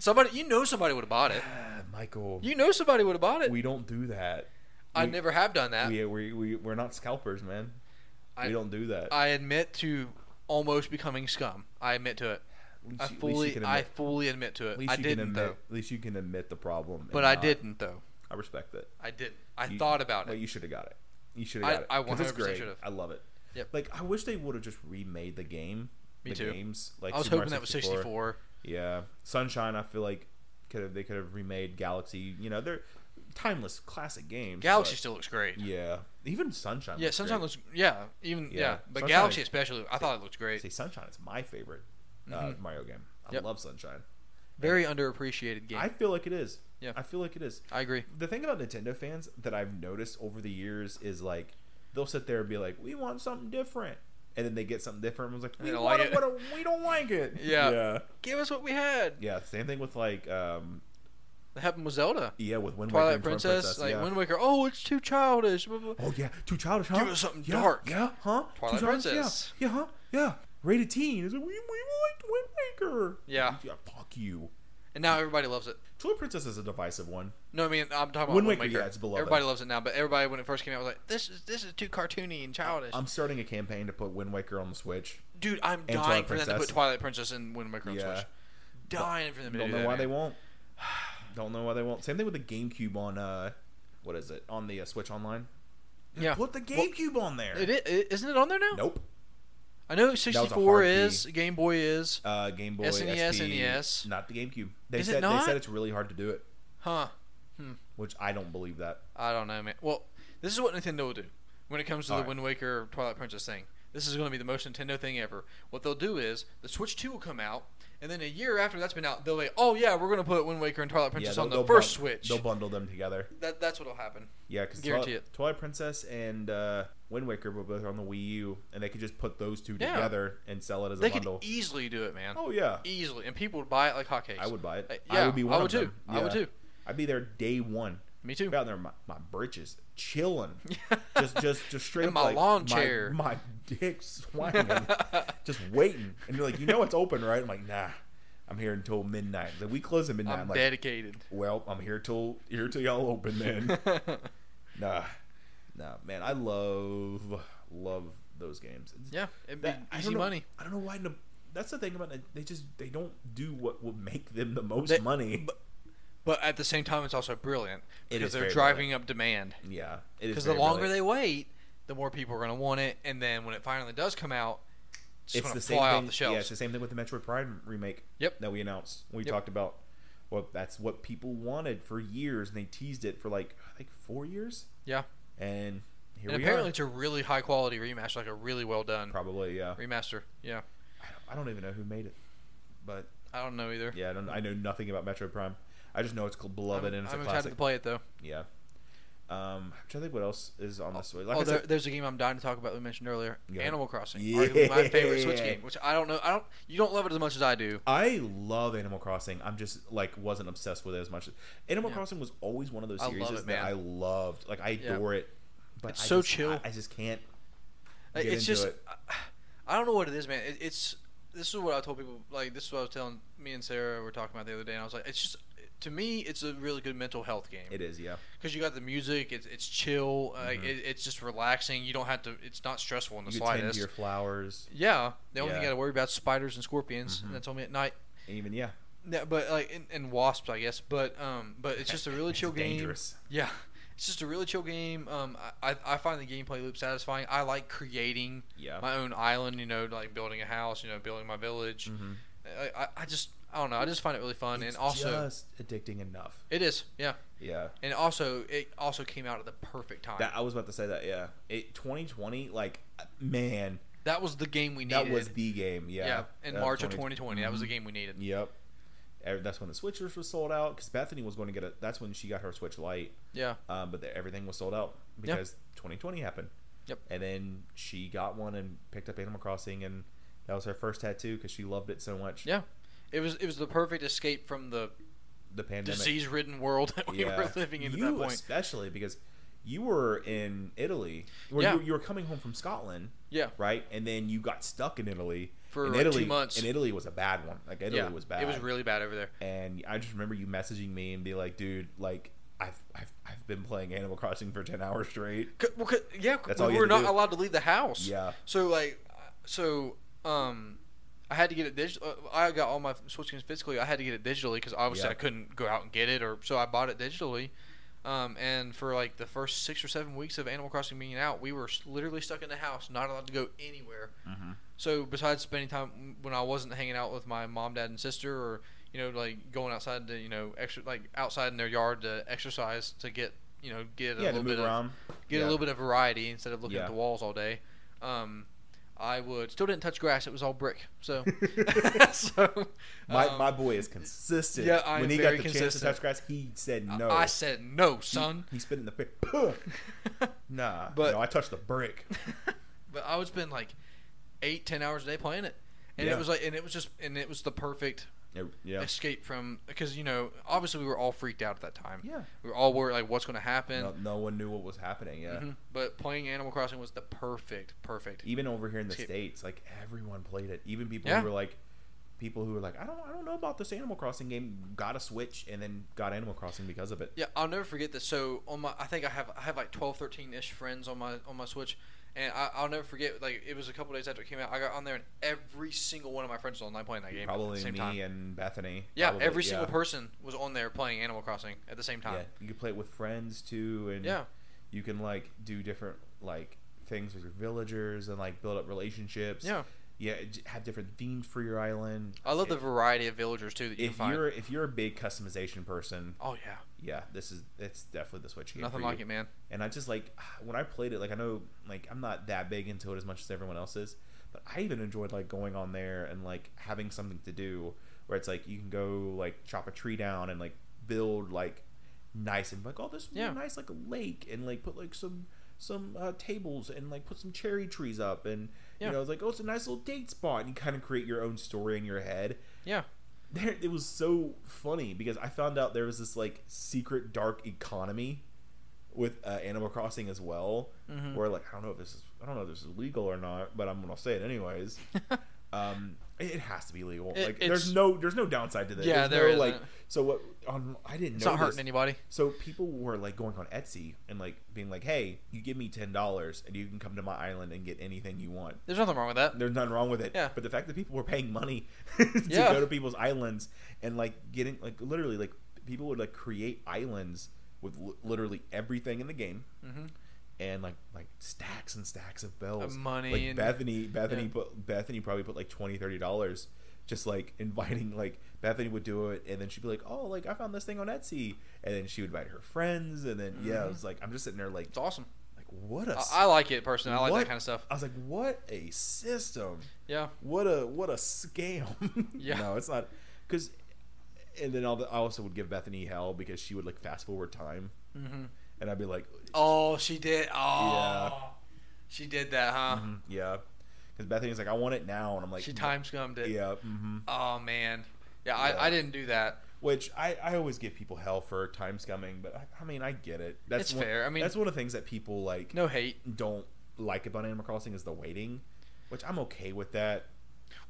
S2: Somebody, you know, somebody would have bought it.
S1: Ah, Michael,
S2: You know, somebody would have bought it.
S1: we don't do that.
S2: I
S1: we-
S2: never have done that.
S1: We we we we're not scalpers, man.
S2: I-
S1: we don't do that.
S2: I admit to almost becoming scum. I admit to it. I
S1: At least you- at least you
S2: fully
S1: can
S2: I
S1: admit-
S2: fully admit to it.
S1: At least
S2: I
S1: you
S2: didn't
S1: can admit.
S2: though.
S1: At least you can admit the problem. and
S2: But I
S1: not-
S2: didn't though.
S1: I respect that.
S2: I didn't. I
S1: You-
S2: thought about
S1: But
S2: it.
S1: you should have got it. You should
S2: I-
S1: have got it.
S2: I
S1: 'cause it's
S2: 100%
S1: great.
S2: should've.
S1: I love it.
S2: Yep.
S1: Like I wish they would have just remade the game.
S2: Me
S1: the
S2: too.
S1: Games. Like
S2: I was
S1: Super
S2: hoping
S1: Mario
S2: that was 64.
S1: Yeah, Sunshine. I feel like could have they could have remade Galaxy. You know, they're timeless classic games.
S2: Galaxy
S1: but-
S2: still looks great.
S1: Yeah, even Sunshine.
S2: Yeah,
S1: looks
S2: Sunshine
S1: great.
S2: looks yeah, even
S1: Yeah.
S2: yeah, but
S1: Sunshine-
S2: Galaxy especially, I thought it looked great.
S1: See, Sunshine is my favorite uh, Mario game. I
S2: Mm-hmm. Yep.
S1: love Sunshine.
S2: Very underappreciated game.
S1: I
S2: I,
S1: feel like it is.
S2: Yeah.
S1: I feel like it is.
S2: agree.
S1: the thing about Nintendo fans that I've noticed over the years is like they'll sit there and be like, "We want something different," and then they get something different. And was like,
S2: they
S1: "We
S2: don't
S1: want
S2: like
S1: it,
S2: it."
S1: what we don't like it."
S2: Yeah.
S1: yeah,
S2: Give us what we had.
S1: yeah. Same thing with like, um,
S2: That happened with Zelda.
S1: yeah, with Wind Waker
S2: Twilight
S1: and
S2: Princess, like
S1: yeah.
S2: Wind Waker. Oh, it's too childish. blah, blah, blah.
S1: oh yeah, too childish. Huh?
S2: Give us something
S1: yeah,
S2: dark.
S1: Yeah, huh? Too
S2: Twilight
S1: childish?
S2: Princess.
S1: Yeah, yeah, huh? Yeah. Rated teen. It's like, we we want Wind Waker.
S2: Yeah.
S1: yeah. Fuck you.
S2: And now everybody loves it.
S1: Twilight Princess is a divisive one.
S2: No, I mean I'm talking about
S1: Wind
S2: Wind
S1: Waker,
S2: Waker.
S1: yeah, it's beloved.
S2: Everybody loves it now, but everybody when it first came out was like, "This is this is too cartoony and childish."
S1: I'm starting a campaign to put Wind Waker on the Switch.
S2: Dude, I'm
S1: and
S2: dying
S1: Twilight
S2: for them to
S1: Princess.
S2: put Twilight Princess and Wind Waker on
S1: Yeah.
S2: Switch. Dying for them to
S1: Don't
S2: do
S1: know
S2: that,
S1: why they
S2: man.
S1: won't. Don't know why they won't. Same thing with the GameCube on uh, what is it on the uh, Switch Online?
S2: Yeah,
S1: Put the GameCube on there.
S2: It, i- it, isn't it on there now?
S1: Nope.
S2: I know
S1: hard
S2: 64 is,
S1: key.
S2: Game Boy is,
S1: Uh, Game Boy,
S2: SNES,
S1: SP,
S2: NES.
S1: not the GameCube. They
S2: E Is it
S1: said they
S2: not?
S1: said it's really hard to do it,
S2: huh?
S1: which I don't believe that.
S2: I don't know, man. Well, this is what Nintendo will do when it comes to
S1: All
S2: the
S1: right.
S2: Wind Waker Twilight Princess thing. This is going to be the most Nintendo thing ever. What they'll do is the Switch 2 will come out, and then a year after that's been out, they'll be, oh yeah, we're going to put Wind Waker and Twilight Princess
S1: they'll-
S2: on the
S1: they'll
S2: first
S1: bun-
S2: Switch.
S1: They'll bundle them together.
S2: That, that's what'll happen.
S1: Yeah, because
S2: Guarantee
S1: Twilight, Twilight Princess and uh, Wind Waker were both on the Wii U, and they could just put those two
S2: Yeah.
S1: together and sell it as a
S2: They could
S1: bundle.
S2: easily do it, man.
S1: oh yeah,
S2: Easily, and people would buy it like hotcakes.
S1: I would buy it.
S2: Like,
S1: I
S2: yeah,
S1: would be
S2: I
S1: one
S2: would
S1: of them.
S2: too. I would
S1: Yeah.
S2: too.
S1: I'd be there day one.
S2: Me too.
S1: Be out there, in my, my britches chilling, just just just straight
S2: In
S1: up
S2: my
S1: like,
S2: lawn chair.
S1: my, my dick swinging, just waiting, and you're like, you know it's open, right? I'm like, nah, I'm here until midnight. Like we close at midnight.
S2: I'm
S1: I'm like,
S2: dedicated.
S1: well, I'm here till here till y'all open then. nah, nah, man, I love love those games. It's-
S2: yeah, it'd be
S1: that- I don't
S2: easy
S1: know-
S2: money.
S1: I don't know why. No, that's the thing about it. They just they don't do what will make them the most
S2: They-
S1: money.
S2: But at the same time, it's also brilliant
S1: It
S2: because
S1: is
S2: they're
S1: very
S2: driving up demand.
S1: yeah, it is
S2: Because the
S1: very
S2: longer
S1: brilliant.
S2: they wait, the more people are going to want it, and then when it finally does come out, it's,
S1: it's
S2: going
S1: the
S2: to
S1: same
S2: fly
S1: thing.
S2: off the shelves.
S1: Yeah, it's the same thing with the Metroid Prime remake.
S2: Yep.
S1: That we announced. We
S2: Yep.
S1: talked about. Well, that's what people wanted for years, and they teased it for like I think four years.
S2: Yeah.
S1: And here
S2: and
S1: we
S2: apparently,
S1: are.
S2: it's a really high quality remaster, like a really well done
S1: Probably yeah.
S2: remaster. Yeah,
S1: I don't- I don't even know who made it, but
S2: I don't know either.
S1: yeah, I don't. I know nothing about Metroid Prime. I just know it's called beloved
S2: I'm,
S1: and it's
S2: I'm
S1: a
S2: excited
S1: classic.
S2: to play it though.
S1: Yeah. Um, I'm trying to think what else is on this. Like
S2: oh,
S1: I
S2: there,
S1: said,
S2: there's a game I'm dying to talk about. That we mentioned earlier,
S1: Go ahead.
S2: Animal Crossing, arguably my favorite Switch
S1: Yeah.
S2: game. Which I don't know. I don't. You don't love it as much as I do.
S1: I love Animal Crossing. I'm just like wasn't obsessed with it as much. Animal
S2: Yeah.
S1: Crossing was always one of those
S2: I love
S1: series
S2: it,
S1: that
S2: man.
S1: I loved. Like I
S2: Yeah.
S1: adore it. But
S2: It's
S1: I
S2: so
S1: just,
S2: chill.
S1: I, I just can't.
S2: Like,
S1: get
S2: it's
S1: into
S2: just
S1: it.
S2: I, I don't know what it is, man. It, it's this is what I told people. Like this is what I was telling me and Sarah were talking about the other day, and I was like, it's just to me, it's a really good mental health game
S1: It is, yeah.
S2: because you got the music. It's it's chill. Like,
S1: Mhm.
S2: it, it's just relaxing. You don't have to. It's not stressful in the
S1: You can tend
S2: slightest.
S1: to your flowers,
S2: Yeah, the only
S1: Yeah.
S2: thing you got to worry about is spiders and scorpions,
S1: Mhm.
S2: and that's only at night.
S1: and even yeah.
S2: Yeah, but like and, and wasps, I guess. But um, but it's just a really
S1: It's
S2: chill game.
S1: dangerous.
S2: Yeah, it's just a really chill game. Um, I, I- I find the gameplay loop satisfying. I like creating
S1: Yeah.
S2: my own island. You know, like building a house. You know, building my village.
S1: Mhm.
S2: I, I, I just I don't know. I just find it really fun,
S1: It's
S2: and also
S1: just addicting enough.
S2: it is. Yeah,
S1: Yeah.
S2: and also it also came out at the perfect time.
S1: That
S2: That,
S1: I was about to say that. Yeah. It 2020, like man,
S2: was the game we needed.
S1: that was the game. Yeah. Mm.
S2: yeah, in
S1: Uh,
S2: March of
S1: 2020.
S2: 2020. That was the game we needed.
S1: Yep. Eh, That's when the Switchers were sold out because Bethany was going to get a. That's when she got her Switch Lite,
S2: Yeah,
S1: um, but the, everything was sold out
S2: Yeah.
S1: because 2020 happened.
S2: Yep.
S1: And then she got one and picked up Animal Crossing, and that was her first tattoo because she loved it so much.
S2: yeah. It was it was the perfect escape from the
S1: The pandemic.
S2: disease ridden world that we were living in at
S1: you
S2: that point.
S1: especially because you were in Italy. Well,
S2: Yeah.
S1: you, you were coming home from Scotland,
S2: Yeah.
S1: right? And then you got stuck in Italy
S2: For,
S1: in
S2: like, two
S1: Italy,
S2: months.
S1: And Italy was a bad one. Like Italy
S2: yeah.
S1: was bad.
S2: It was really bad over there.
S1: and I just remember you messaging me and be like, "Dude, like I've I've, I've been playing Animal Crossing for ten hours straight."
S2: C- well, c- yeah,
S1: That's
S2: we
S1: all you
S2: were
S1: had to
S2: not
S1: do.
S2: allowed to leave the house.
S1: Yeah.
S2: So like, uh, so um, I had to get it digital. Uh, I got all my Switch games physically. I had to get it digitally because obviously
S1: Yeah.
S2: I couldn't go out and get it, or so I bought it digitally. Um, and for like the first six or seven weeks of Animal Crossing being out, we were s- literally stuck in the house, not allowed to go anywhere.
S1: Mhm.
S2: So besides spending time when I wasn't hanging out with my mom, dad, and sister, or you know, like going outside to you know, extra like outside in their yard to exercise to get you know get a
S1: Yeah, to
S2: little
S1: move
S2: bit of
S1: around.
S2: get
S1: Yeah.
S2: a little bit of variety instead of looking
S1: Yeah.
S2: at the walls all day. Um, I would still didn't touch grass; it was all brick. So, so
S1: My,
S2: um,
S1: my boy is consistent.
S2: yeah, I
S1: when
S2: am
S1: he
S2: very
S1: got the chance
S2: consistent.
S1: to touch grass, he said
S2: I-
S1: no.
S2: I said no, son.
S1: He spit in the pit. Puh. Nah,
S2: But-
S1: no, I touched the brick.
S2: but I would spend like eight, ten hours a day playing it, and
S1: Yeah.
S2: it was like, and it was just, and it was the perfect
S1: It- yeah,
S2: escape from because you know, obviously we were all freaked out at that time.
S1: yeah.
S2: We were all worried like, what's going to happen?
S1: No, no one knew what was happening. Yeah,
S2: Mhm. But playing Animal Crossing was the perfect, perfect.
S1: even over here in the
S2: Skip.
S1: states, like everyone played it. Even people
S2: Yeah.
S1: who were like. People who were like, I don't, I don't know about this Animal Crossing game. Got a Switch and then got Animal Crossing because of it.
S2: Yeah, I'll never forget this. So on my, I think I have I have like 12, 13 ish friends on my on my Switch, and I, I'll never forget. Like it was a couple days after it came out, I got on there and every single one of my friends was online playing that game. at
S1: Probably
S2: the same
S1: me
S2: time.
S1: and Bethany.
S2: yeah,
S1: Probably,
S2: every single
S1: yeah.
S2: person was on there playing Animal Crossing at the same time.
S1: Yeah, you can play it with friends too, and
S2: Yeah.
S1: you can like do different like things with your villagers and like build up relationships.
S2: Yeah.
S1: yeah, j- have different themes for your island.
S2: I love the
S1: If-
S2: variety of villagers too that you
S1: If
S2: can find.
S1: you're if you're a big customization person,
S2: oh yeah,
S1: yeah, this is it's definitely the Switch game.
S2: nothing
S1: for
S2: like
S1: you.
S2: it, man.
S1: And I just like when I played it, like I know like I'm not that big into it as much as everyone else is, but I even enjoyed like going on there and like having something to do where it's like you can go like chop a tree down and like build like nice and like oh this would be a
S2: Yeah.
S1: nice like a lake and like put like some some uh, tables and like put some cherry trees up and
S2: Yeah.
S1: you know it's like oh it's a nice little date spot and you kind of create your own story in your head
S2: Yeah,
S1: there it was so funny because I found out there was this like secret dark economy with uh, Animal Crossing as well,
S2: Mm-hmm.
S1: where like I don't know if this is I don't know if this is legal or not, but I'm gonna say it anyways. um, it, it has to be legal.
S2: It-
S1: like
S2: it's-
S1: there's no there's no downside to this.
S2: Yeah,
S1: there's
S2: there
S1: no, like
S2: isn't.
S1: so what on I didn't
S2: It's
S1: know
S2: not hurting
S1: this.
S2: anybody.
S1: So people were like going on Etsy and like being like, "Hey, you give me ten dollars and you can come to my island and get anything you want."
S2: There's nothing wrong with that.
S1: There's nothing wrong with it.
S2: Yeah.
S1: But the fact that people were paying money to
S2: Yeah.
S1: go to people's islands and like getting like literally like people would like create islands with l- literally everything in the game
S2: Mhm.
S1: and like like stacks and stacks of bells,
S2: Of money
S1: Like
S2: and-
S1: Bethany, Bethany
S2: yeah.
S1: put Bethany probably put like 20 dollars. Just like inviting, like Bethany would do it, and then she'd be like, "Oh, like I found this thing on Etsy," and then she would invite her friends, and then yeah, it was like I'm just sitting there like,
S2: It's awesome.
S1: like what a
S2: Mm-hmm. I, I like it personally. I like
S1: What?
S2: that kind of stuff.
S1: I was like, what a system.
S2: Yeah.
S1: What a what a scam.
S2: Yeah.
S1: no, it's not because. And then all the, I also would give Bethany hell because she would like fast forward time,
S2: hmm
S1: and I'd be like,
S2: Oh, she did. Oh.
S1: Yeah.
S2: She did that, huh?
S1: mm, yeah, because Bethany's like, I want it now, and I'm like,
S2: She time scummed it.
S1: Yeah, hmm
S2: Oh man. Yeah,
S1: Yeah.
S2: I, I didn't do that.
S1: which I, I always give people hell for time scumming, but I, I mean I get it. That's
S2: It's
S1: one,
S2: fair. I mean-
S1: that's one of the things that people like
S2: No hate.
S1: don't like about Animal Crossing is the waiting, which I'm okay with that.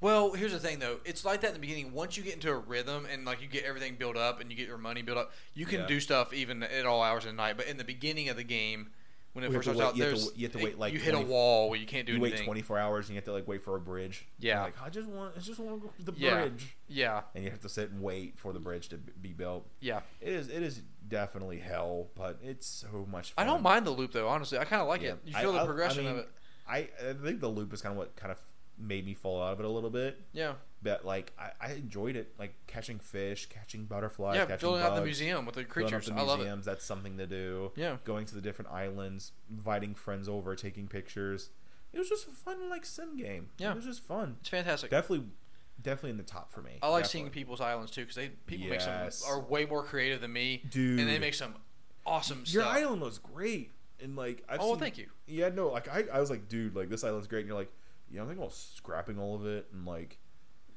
S2: Well, here's the thing though. It's like that in the beginning. Once you get into a rhythm and like you get everything built up and you get your money built up, you can
S1: Yeah.
S2: do stuff even at all hours of the night. But in the beginning of the game, when it
S1: We have
S2: first
S1: to
S2: starts
S1: wait-
S2: out,
S1: you have to
S2: there's
S1: w- you have to
S2: it-
S1: wait, like,
S2: you hit a
S1: 20
S2: wall where you can't do
S1: you
S2: anything.
S1: wait 24 hours and you have to like wait for a bridge.
S2: Yeah.
S1: You're like I just want I just want to go to the
S2: Yeah.
S1: bridge.
S2: Yeah,
S1: And you have to sit and wait for the bridge to b- be built.
S2: yeah.
S1: It is it is definitely hell, but it's so much
S2: I
S1: fun.
S2: don't mind the loop though. Honestly, I kind of like
S1: Yeah.
S2: it. You
S1: I-
S2: feel
S1: I-
S2: the
S1: I
S2: progression
S1: mean,
S2: of it.
S1: I, I think the loop is kind of what kind of made me fall out of it a little bit.
S2: Yeah,
S1: But like I, I enjoyed it, like catching fish, catching butterflies,
S2: yeah.
S1: catching
S2: Filling
S1: bugs,
S2: out the museum with the
S1: filling up
S2: creatures.
S1: the
S2: I love it.
S1: museums. That's something to do.
S2: Yeah.
S1: going to the different islands, inviting friends over, taking pictures. It was just a fun like sim game.
S2: Yeah.
S1: it was just fun.
S2: It's fantastic.
S1: definitely definitely in the top for me.
S2: I like
S1: Definitely.
S2: seeing people's islands too because they people make
S1: Yes.
S2: some are way more creative than me,
S1: Dude.
S2: and they make some awesome
S1: Your
S2: stuff.
S1: island was great, and like I've
S2: Oh, well,
S1: seen-
S2: thank you.
S1: Yeah, no, like I, I was like, dude, like this island's great, and you're like, yeah, I'm thinking about scrapping all of it and like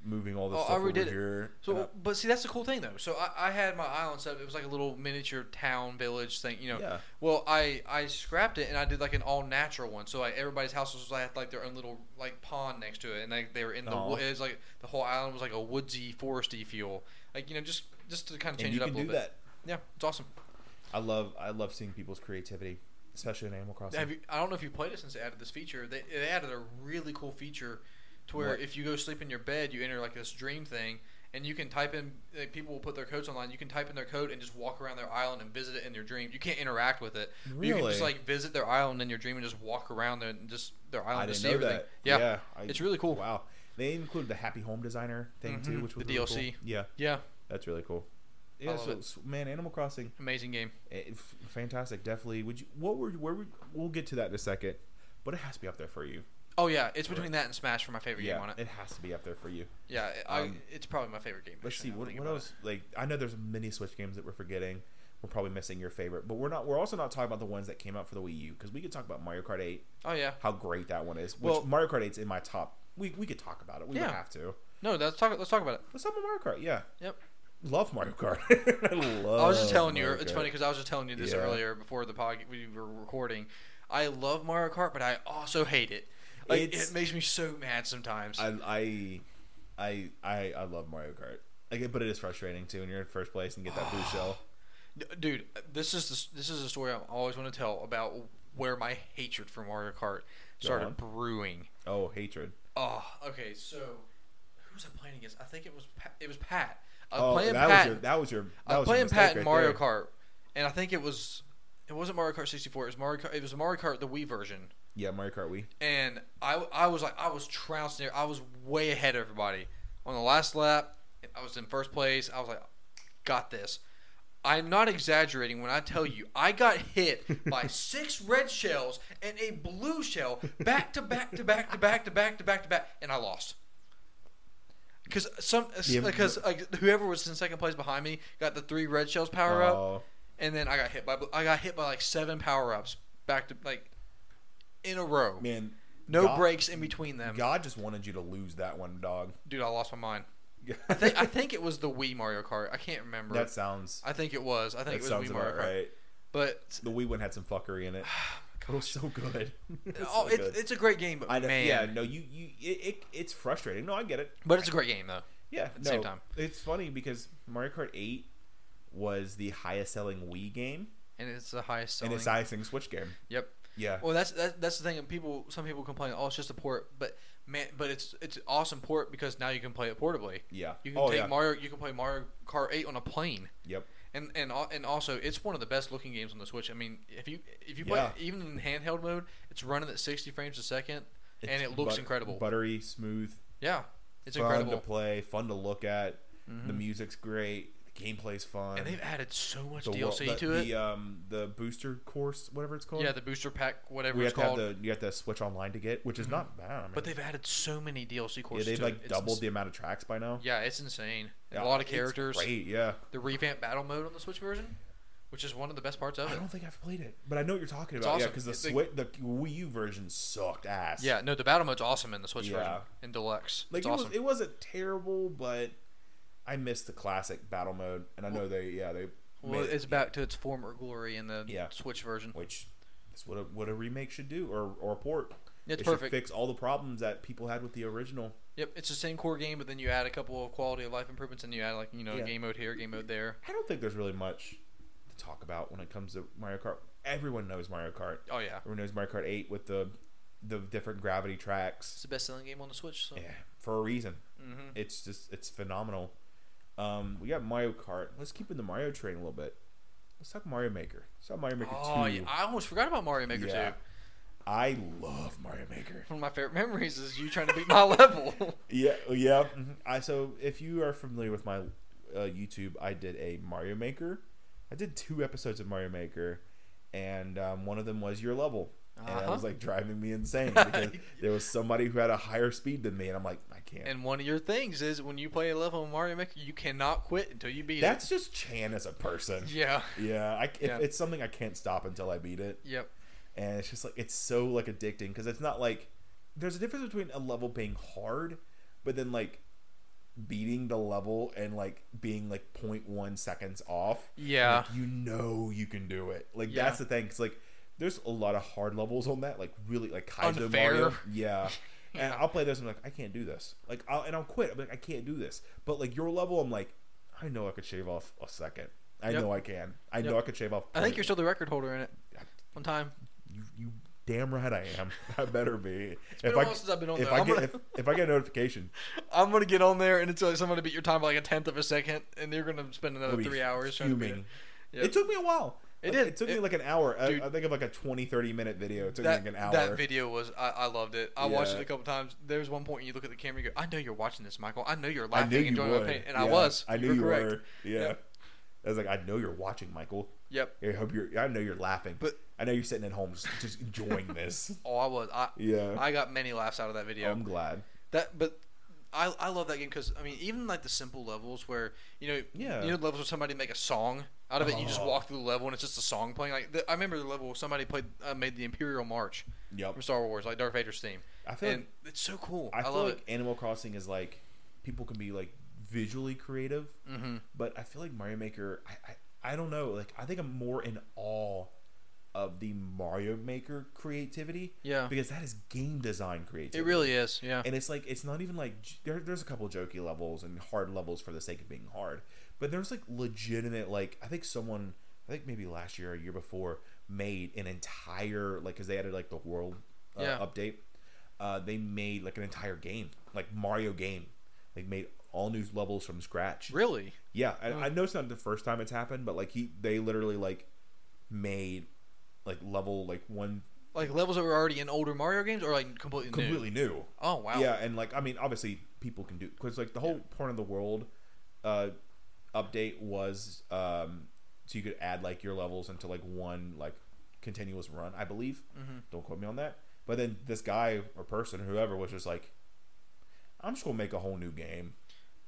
S1: moving all this
S2: Oh, I
S1: stuff over
S2: already did it.
S1: here.
S2: So,
S1: And I-
S2: but see, that's the cool thing though. So I, I had my island set up. It was like a little miniature town village thing, you know.
S1: Yeah.
S2: Well, I I scrapped it and I did like an all natural one. So like everybody's house was like like their own little like pond next to it, and like they were in the
S1: Aw.
S2: wo- it was like the whole island was like a woodsy foresty feel, like you know just just to kind
S1: and
S2: of change
S1: you
S2: it up
S1: can
S2: a
S1: do
S2: little bit.
S1: that.
S2: Yeah, it's awesome.
S1: I love I love seeing people's creativity, especially in Animal Crossing.
S2: Have you, I don't know if you played it since they added this feature. They, they added a really cool feature to where
S1: What?
S2: if you go sleep in your bed, you enter like this dream thing, and you can type in. Like, people will put their codes online. You can type in their code and just walk around their island and visit it in your dream. You can't interact with it. but You can
S1: Really?
S2: just like visit their island in your dream and just walk around there and just their island
S1: I
S2: to
S1: didn't
S2: see
S1: know
S2: everything.
S1: that.
S2: Yeah.
S1: I-
S2: It's really cool.
S1: Wow, they included the Happy Home Designer thing too,
S2: Mhm,
S1: which
S2: the
S1: was really cool.
S2: DLC.
S1: Yeah,
S2: Yeah.
S1: that's really cool. Yeah,
S2: love
S1: so,
S2: it.
S1: so, man, Animal Crossing,
S2: Amazing game.
S1: eh, f- fantastic. Definitely. Would you? What were? Where were? We'll get to that in a second, but it has to be up there for you.
S2: Oh yeah, it's between that and Smash for my favorite game on
S1: Yeah,
S2: it.
S1: it has to be up there for you.
S2: Yeah, I,
S1: Um,
S2: it's probably my favorite game.
S1: Let's see
S2: actually, now I
S1: what,
S2: think
S1: what
S2: about
S1: else. Like I know there's many Switch games that we're forgetting. We're probably missing your favorite, but we're not. We're also not talking about the ones that came out for the Wii U because we could talk about Mario Kart 8,
S2: it. Oh yeah,
S1: how great that one is. Which
S2: Well-
S1: Mario Kart 8's in my top. We we could talk about it. We
S2: Yeah.
S1: don't have to.
S2: no, let's talk. Let's talk about it.
S1: Let's talk about Mario Kart. Yeah.
S2: Yep.
S1: Love Mario Kart. I love.
S2: I was just telling you,
S1: Mario
S2: it's
S1: Kart.
S2: funny because I was just telling you this
S1: Oh, Yeah.
S2: earlier before the pod we were recording. I love Mario Kart, but I also hate it. Like,
S1: It's-
S2: it makes me so mad sometimes.
S1: I I I I, I love Mario Kart. I get, but it is frustrating too when you're in first place and get that blue shell.
S2: D- Dude, this is the, this is a story I always want to tell about where my hatred for Mario Kart
S1: on.
S2: started brewing.
S1: Oh, hatred.
S2: Oh, okay. So, who was I playing against? I think it was Pat, it was Pat. I was
S1: Oh,
S2: playing
S1: that
S2: Pat.
S1: was your that was your. That
S2: I was
S1: was your
S2: playing
S1: mistake
S2: Pat in
S1: right
S2: Mario
S1: there.
S2: Kart, and I think it was it wasn't Mario Kart 64. It was Mario Kart. It was Mario Kart the Wii version.
S1: Yeah, Mario Kart Wii.
S2: and I, I was like I was trouncing there. I was way ahead of everybody on the last lap. I was in first place. I was like, got this. I'm not exaggerating when I tell you I got hit by six red shells and a blue shell back to back to back to back to back to back to back, and I lost. Because some
S1: Yeah,
S2: because like, whoever was in second place behind me got the three red shells power up
S1: Oh,
S2: and then I got hit by I got hit by like seven power ups back to like in a row.
S1: man.
S2: No
S1: God-
S2: breaks in between them.
S1: God just wanted you to lose that one, dog.
S2: Dude, I lost my mind. I think I think it was the Wii Mario Kart. I can't remember.
S1: that sounds.
S2: I think it was. I think
S1: That
S2: it was
S1: sounds
S2: Wii Mario
S1: about
S2: Kart.
S1: right.
S2: But
S1: The Wii one had some fuckery in it. it was so good. It was
S2: oh,
S1: so
S2: it's,
S1: good.
S2: it's a great game, but
S1: I know,
S2: man,
S1: yeah, no, you, you, it, it, it's frustrating. No, I get it.
S2: but it's a great game though.
S1: Yeah,
S2: the
S1: no,
S2: same time.
S1: it's funny because Mario Kart Eight was the highest selling Wii game
S2: And it's the highest
S1: and
S2: selling.
S1: it's the highest selling Switch game.
S2: Yep.
S1: Yeah,
S2: Well, that's that, that's the thing. and People, some people complain, oh, it's just a port, but man, but it's it's an awesome port because now you can play it portably.
S1: yeah.
S2: You can
S1: oh
S2: take
S1: yeah.
S2: Mario. You can play Mario Kart Eight on a plane.
S1: yep.
S2: And, and al- and also it's one of the best looking games on the Switch. I mean, if you if you play
S1: Yeah.
S2: it even in handheld mode, it's running at 60 frames a second, and
S1: It's
S2: it looks
S1: but-
S2: incredible.
S1: Buttery, smooth,
S2: yeah, it's
S1: fun
S2: incredible. Mm-hmm.
S1: to play, fun to look at. The music's great. The gameplay's fun.
S2: And they've added so much
S1: the, wo-
S2: DLC
S1: the,
S2: to
S1: the,
S2: it.
S1: um, the booster course, whatever it's called.
S2: yeah, the booster pack, whatever
S1: we
S2: it's
S1: have to have
S2: called.
S1: the you have to switch online to get, which is not bad. I mean,
S2: but they've added so many DLC
S1: yeah,
S2: courses.
S1: they've
S2: to it.
S1: like
S2: It's
S1: doubled
S2: ins-
S1: the amount of tracks by now.
S2: Yeah, it's insane. And
S1: Yeah,
S2: a lot of
S1: it's
S2: characters.
S1: great, yeah.
S2: The revamped battle mode on the Switch version, which is one of the best parts of
S1: I
S2: it.
S1: don't think I've played it, but I know what you're talking
S2: It's
S1: about. Yeah,
S2: awesome.
S1: because the,
S2: It's like-
S1: Swi- the Wii U version sucked ass.
S2: Yeah, no, the battle mode's awesome in the Switch
S1: Yeah.
S2: version in deluxe.
S1: like
S2: it's
S1: it,
S2: awesome.
S1: was, it wasn't terrible, but I missed the classic battle mode, and I know they yeah they
S2: well,
S1: made it-
S2: it's back to its former glory in the
S1: Yeah.
S2: Switch version.
S1: which is what a, what a remake should do or or a port.
S2: It's
S1: it
S2: perfect.
S1: Should fix all the problems that people had with the original.
S2: Yep, it's the same core game, but then you add a couple of quality of life improvements, and you add like you know
S1: Yeah.
S2: game mode here, game mode there.
S1: I don't think there's really much to talk about when it comes to Mario Kart. Everyone knows Mario Kart.
S2: Oh yeah,
S1: Everyone knows Mario Kart 8 with the the different gravity
S2: it's
S1: tracks.
S2: the best selling game on the Switch. So.
S1: Yeah, for a reason.
S2: Mhm.
S1: It's just it's phenomenal. Um, we got Mario Kart. Let's keep in the Mario train a little bit. Let's talk Mario Maker. Let's talk Mario Maker
S2: Oh,
S1: 2.
S2: yeah, I almost forgot about Mario Maker
S1: Yeah.
S2: 2.
S1: I love Mario Maker.
S2: One of my favorite memories is you trying to beat my level.
S1: Yeah, yeah. mhm. I so if you are familiar with my uh, YouTube, I did a Mario Maker. I did two episodes of Mario Maker, and um, one of them was your level, and that
S2: Uh-huh.
S1: was like driving me insane because there was somebody who had a higher speed than me, and I'm like, I can't.
S2: and one of your things is when you play a level in Mario Maker, you cannot quit until you beat
S1: That's just Chan as a person.
S2: it. Yeah.
S1: Yeah, I, if,
S2: Yeah.
S1: it's something I can't stop until I beat it,
S2: Yep.
S1: and it's just like it's so like addicting because it's not like there's a difference between a level being hard, but then like beating the level and like being like 0.1 seconds off.
S2: Yeah.
S1: Like, you know you can do it. Like
S2: Yeah.
S1: that's the thing. Cause like there's a lot of hard levels on that. Like really like Kaizo
S2: Unfair.
S1: Mario. Yeah. And
S2: Yeah.
S1: I'll play this. and I'm like, I can't do this. Like, I'll, and I'll quit. I'm like, I can't do this. But like your level, I'm like, I know I could shave off a second. I
S2: Yep.
S1: know I can. I know I
S2: Yep.
S1: could shave off.
S2: I think
S1: point-
S2: you're still the record holder in it. One time.
S1: You, you damn right I am. I better be.
S2: been
S1: if
S2: a
S1: I
S2: while since I've been on
S1: if
S2: there.
S1: I
S2: I'm
S1: get
S2: gonna-
S1: if, if I get a notification,
S2: I'm gonna get on there and it's like somebody beat your time by like a tenth of a second, and you're gonna spend
S1: I'll
S2: another
S1: be
S2: three hours trying to beat it.
S1: fuming.
S2: Yep.
S1: It took me a while.
S2: It
S1: Like,
S2: did.
S1: It took me
S2: It-
S1: like an hour. I,
S2: Dude.
S1: I think of like a 20, 30 minute video. It took me like an hour.
S2: That video was I, I loved it. I watched
S1: Yeah.
S2: it a couple times. There was one point you look at the camera, you go, "I know you're watching this, Michael. I know you're
S1: I
S2: laughing,
S1: knew you
S2: enjoying my
S1: would.
S2: pain," and I
S1: Yeah,
S2: was.
S1: I knew
S2: were
S1: you
S2: correct.
S1: were. Yeah.
S2: Yep.
S1: I was like, I know you're watching, Michael.
S2: Yep.
S1: I hope you're. I know you're laughing.
S2: But-
S1: I know you're sitting at home just, just enjoying this.
S2: Oh, I was. I
S1: Yeah. Oh, Um,
S2: I got many laughs out of that video.
S1: I'm glad.
S2: that, but I I love that game because I mean, even like the simple levels where you know
S1: Yeah.
S2: you know the levels where somebody make a song out of it. You just
S1: Oh.
S2: walk through the level and it's just a song playing. Like the, I remember the level where somebody played uh, made the Imperial March
S1: Yep.
S2: from Star Wars, like Darth Vader's theme.
S1: I feel
S2: and
S1: like-
S2: it's so cool.
S1: I
S2: I,
S1: feel
S2: love
S1: like
S2: it.
S1: Animal Crossing is like people can be like visually creative,
S2: Mm-hmm.
S1: but I feel like Mario Maker. I, I I don't know. Like I think I'm more in awe of the Mario Maker creativity.
S2: Yeah.
S1: Because that is game design creativity.
S2: It really is. Yeah.
S1: and it's like it's not even like j- there, there's a couple jokey levels and hard levels for the sake of being hard but there's like legitimate like i think someone i think maybe last year or year before made an entire like because they added like the world uh,
S2: Yeah.
S1: update uh, they made like an entire game like mario game they made all new levels from scratch
S2: Really?
S1: yeah, I, I know it's not the first time it's happened, but like he, they literally like made like level like one
S2: Like levels that were already in older Mario games, or like completely, new?
S1: completely new.
S2: Oh wow!
S1: Yeah, and like I mean, obviously people can do because like the whole point of the world uh, update was um, so you could add like your levels into like one like continuous run, I believe.
S2: Mm-hmm.
S1: Don't quote me on that. But then this guy or person, whoever, was just like, "I'm just gonna make a whole new game."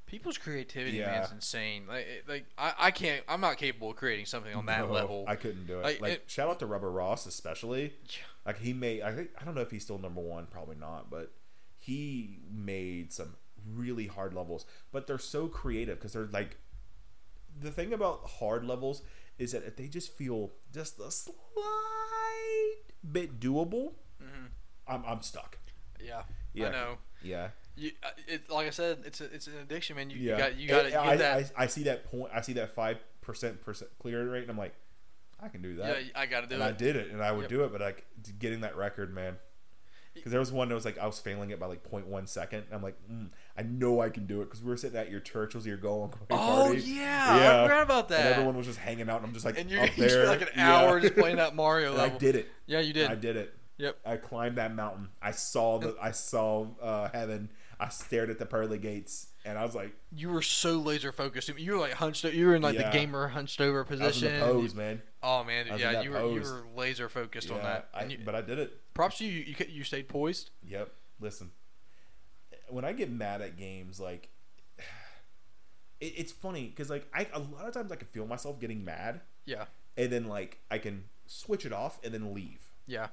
S2: People's creativity, man,
S1: Yeah.
S2: is insane. Like, it- like I, I can't. I'm not capable of creating something on that
S1: No,
S2: level.
S1: I couldn't do it.
S2: Like,
S1: like
S2: it-
S1: shout out to Rubber Ross especially.
S2: Yeah.
S1: Like he made I think I don't know if he's still number one, probably not, but he made some really hard levels, but they're so creative because they're like the thing about hard levels is that if they just feel just a slight bit doable,
S2: Mhm.
S1: I'm, I'm stuck.
S2: Yeah,
S1: Yeah.
S2: I know.
S1: Yeah,
S2: You, uh, it, like I said, it's a, it's an addiction, man. You,
S1: yeah.
S2: you got you got to
S1: And
S2: get
S1: I,
S2: that.
S1: I, I see that point. I see that five percent percent clear rate, and I'm like, I can do that.
S2: yeah, I got to do
S1: and
S2: it.
S1: I did it, and I would
S2: Yep.
S1: do it, but like getting that record, man. Because there was one that was like I was failing it by like 0.1 second. And I'm like, mm, I know I can do it because we were sitting at your church was your goal.
S2: Oh
S1: party.
S2: yeah, I forgot about that.
S1: And everyone was just hanging out, and I'm just like,
S2: and you you
S1: up
S2: spent
S1: there.
S2: like an
S1: Yeah.
S2: hour just playing that Mario
S1: And I
S2: level.
S1: did it.
S2: Yeah, you did.
S1: I did it.
S2: Yep.
S1: I climbed that mountain. I saw the. I saw uh, heaven. I stared at the pearly gates, and I was like,
S2: You were so laser focused. I mean, You were like hunched. o- You were in like
S1: Yeah.
S2: the gamer hunched over
S1: I was in
S2: position.
S1: the pose, man.
S2: Oh man,
S1: I was in
S2: yeah,
S1: that
S2: you were you
S1: pose.
S2: were laser focused on
S1: Yeah,
S2: that.
S1: I,
S2: And you,
S1: but I did it.
S2: props to you, you. ca- You stayed poised.
S1: Yep. Listen, when I get mad at games, like it, it's funny because like I a lot of times I can feel myself getting mad,
S2: Yeah,
S1: and then like I can switch it off and then leave.
S2: yeah.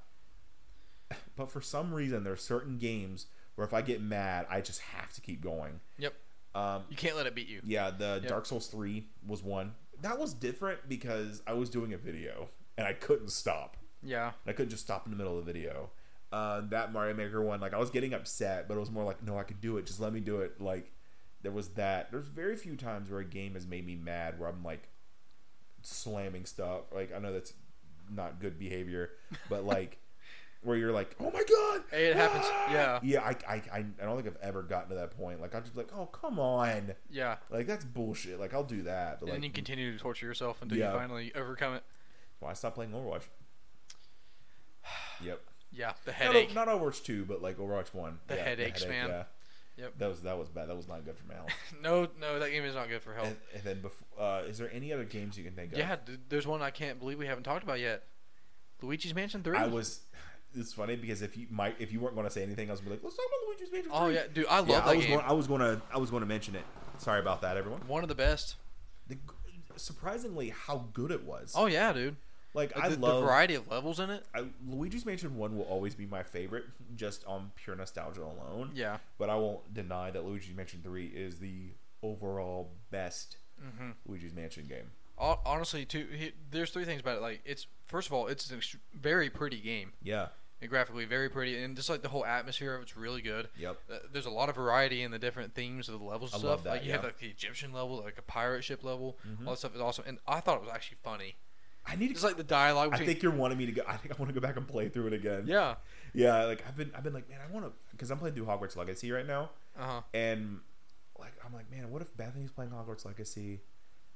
S1: But for some reason, there are certain games where if I get mad, I just have to keep going.
S2: Yep.
S1: Um,
S2: You can't let it beat you.
S1: yeah, the
S2: Yeah.
S1: Dark Souls three was one that was different because I was doing a video and I couldn't stop.
S2: Yeah,
S1: I couldn't just stop in the middle of the video. Uh, that Mario Maker one, like I was getting upset, but it was more like, no, I can do it. Just let me do it. Like there was that. There's very few times where a game has made me mad where I'm like slamming stuff. Like I know that's not good behavior, but like where you're like, oh my god,
S2: Hey, it happens. Yeah.
S1: yeah. I, I I I don't think I've ever gotten to that point. Like I'll just be like, oh come on,
S2: yeah.
S1: like that's bullshit. Like I'll do that, but
S2: and
S1: like
S2: you continue to torture yourself until
S1: Yeah.
S2: you finally overcome it.
S1: why stop playing Overwatch? Yep.
S2: Yeah, the
S1: Not-
S2: headache.
S1: Not, Overwatch two, but like Overwatch one.
S2: The headaches, man. Yep.
S1: That was that was bad. That was not good for my health.
S2: No, no, that game is not good for health.
S1: and, and then before, uh, is there any other games you can think of?
S2: Oh. Yeah, th- there's one I can't believe we haven't talked about yet. Luigi's Mansion Three.
S1: I was. It's funny because if you might, if you weren't going to say anything, I was gonna be like, let's talk about Luigi's Mansion.
S2: oh
S1: 3."
S2: yeah, dude, I love
S1: yeah.
S2: that
S1: I was
S2: game.
S1: going. I was going to. I was going to mention it. Sorry about that, everyone.
S2: One of the best.
S1: The, surprisingly, how good it was.
S2: Oh yeah, dude.
S1: like
S2: Like,
S1: I
S2: the, the
S1: love
S2: variety of levels in it.
S1: I, Luigi's Mansion One will always be my favorite, just on pure nostalgia alone.
S2: Yeah.
S1: But I won't deny that Luigi's Mansion Three is the overall best
S2: Mm-hmm.
S1: Luigi's Mansion game.
S2: Honestly, too, he, there's three things about it. Like, it's first of all, it's a very pretty game.
S1: Yeah.
S2: And graphically, very pretty, and just like the whole atmosphere of it's really good.
S1: Yep.
S2: Uh, there's a lot of variety in the different themes of the levels and
S1: I love
S2: stuff.
S1: that,
S2: like you have
S1: yeah.
S2: like the Egyptian level, like a pirate ship level.
S1: Mhm.
S2: All that stuff is awesome, and I thought it was actually funny.
S1: I need to.
S2: Just like the
S1: I
S2: dialogue between.
S1: think you're wanting me to go. I think I want to go back and play through it again.
S2: yeah.
S1: Yeah. Like I've been. I've been like, man, I want to because I'm playing through Hogwarts Legacy right now,
S2: Uh huh.
S1: and like I'm like, man, what if Bethany's playing Hogwarts Legacy,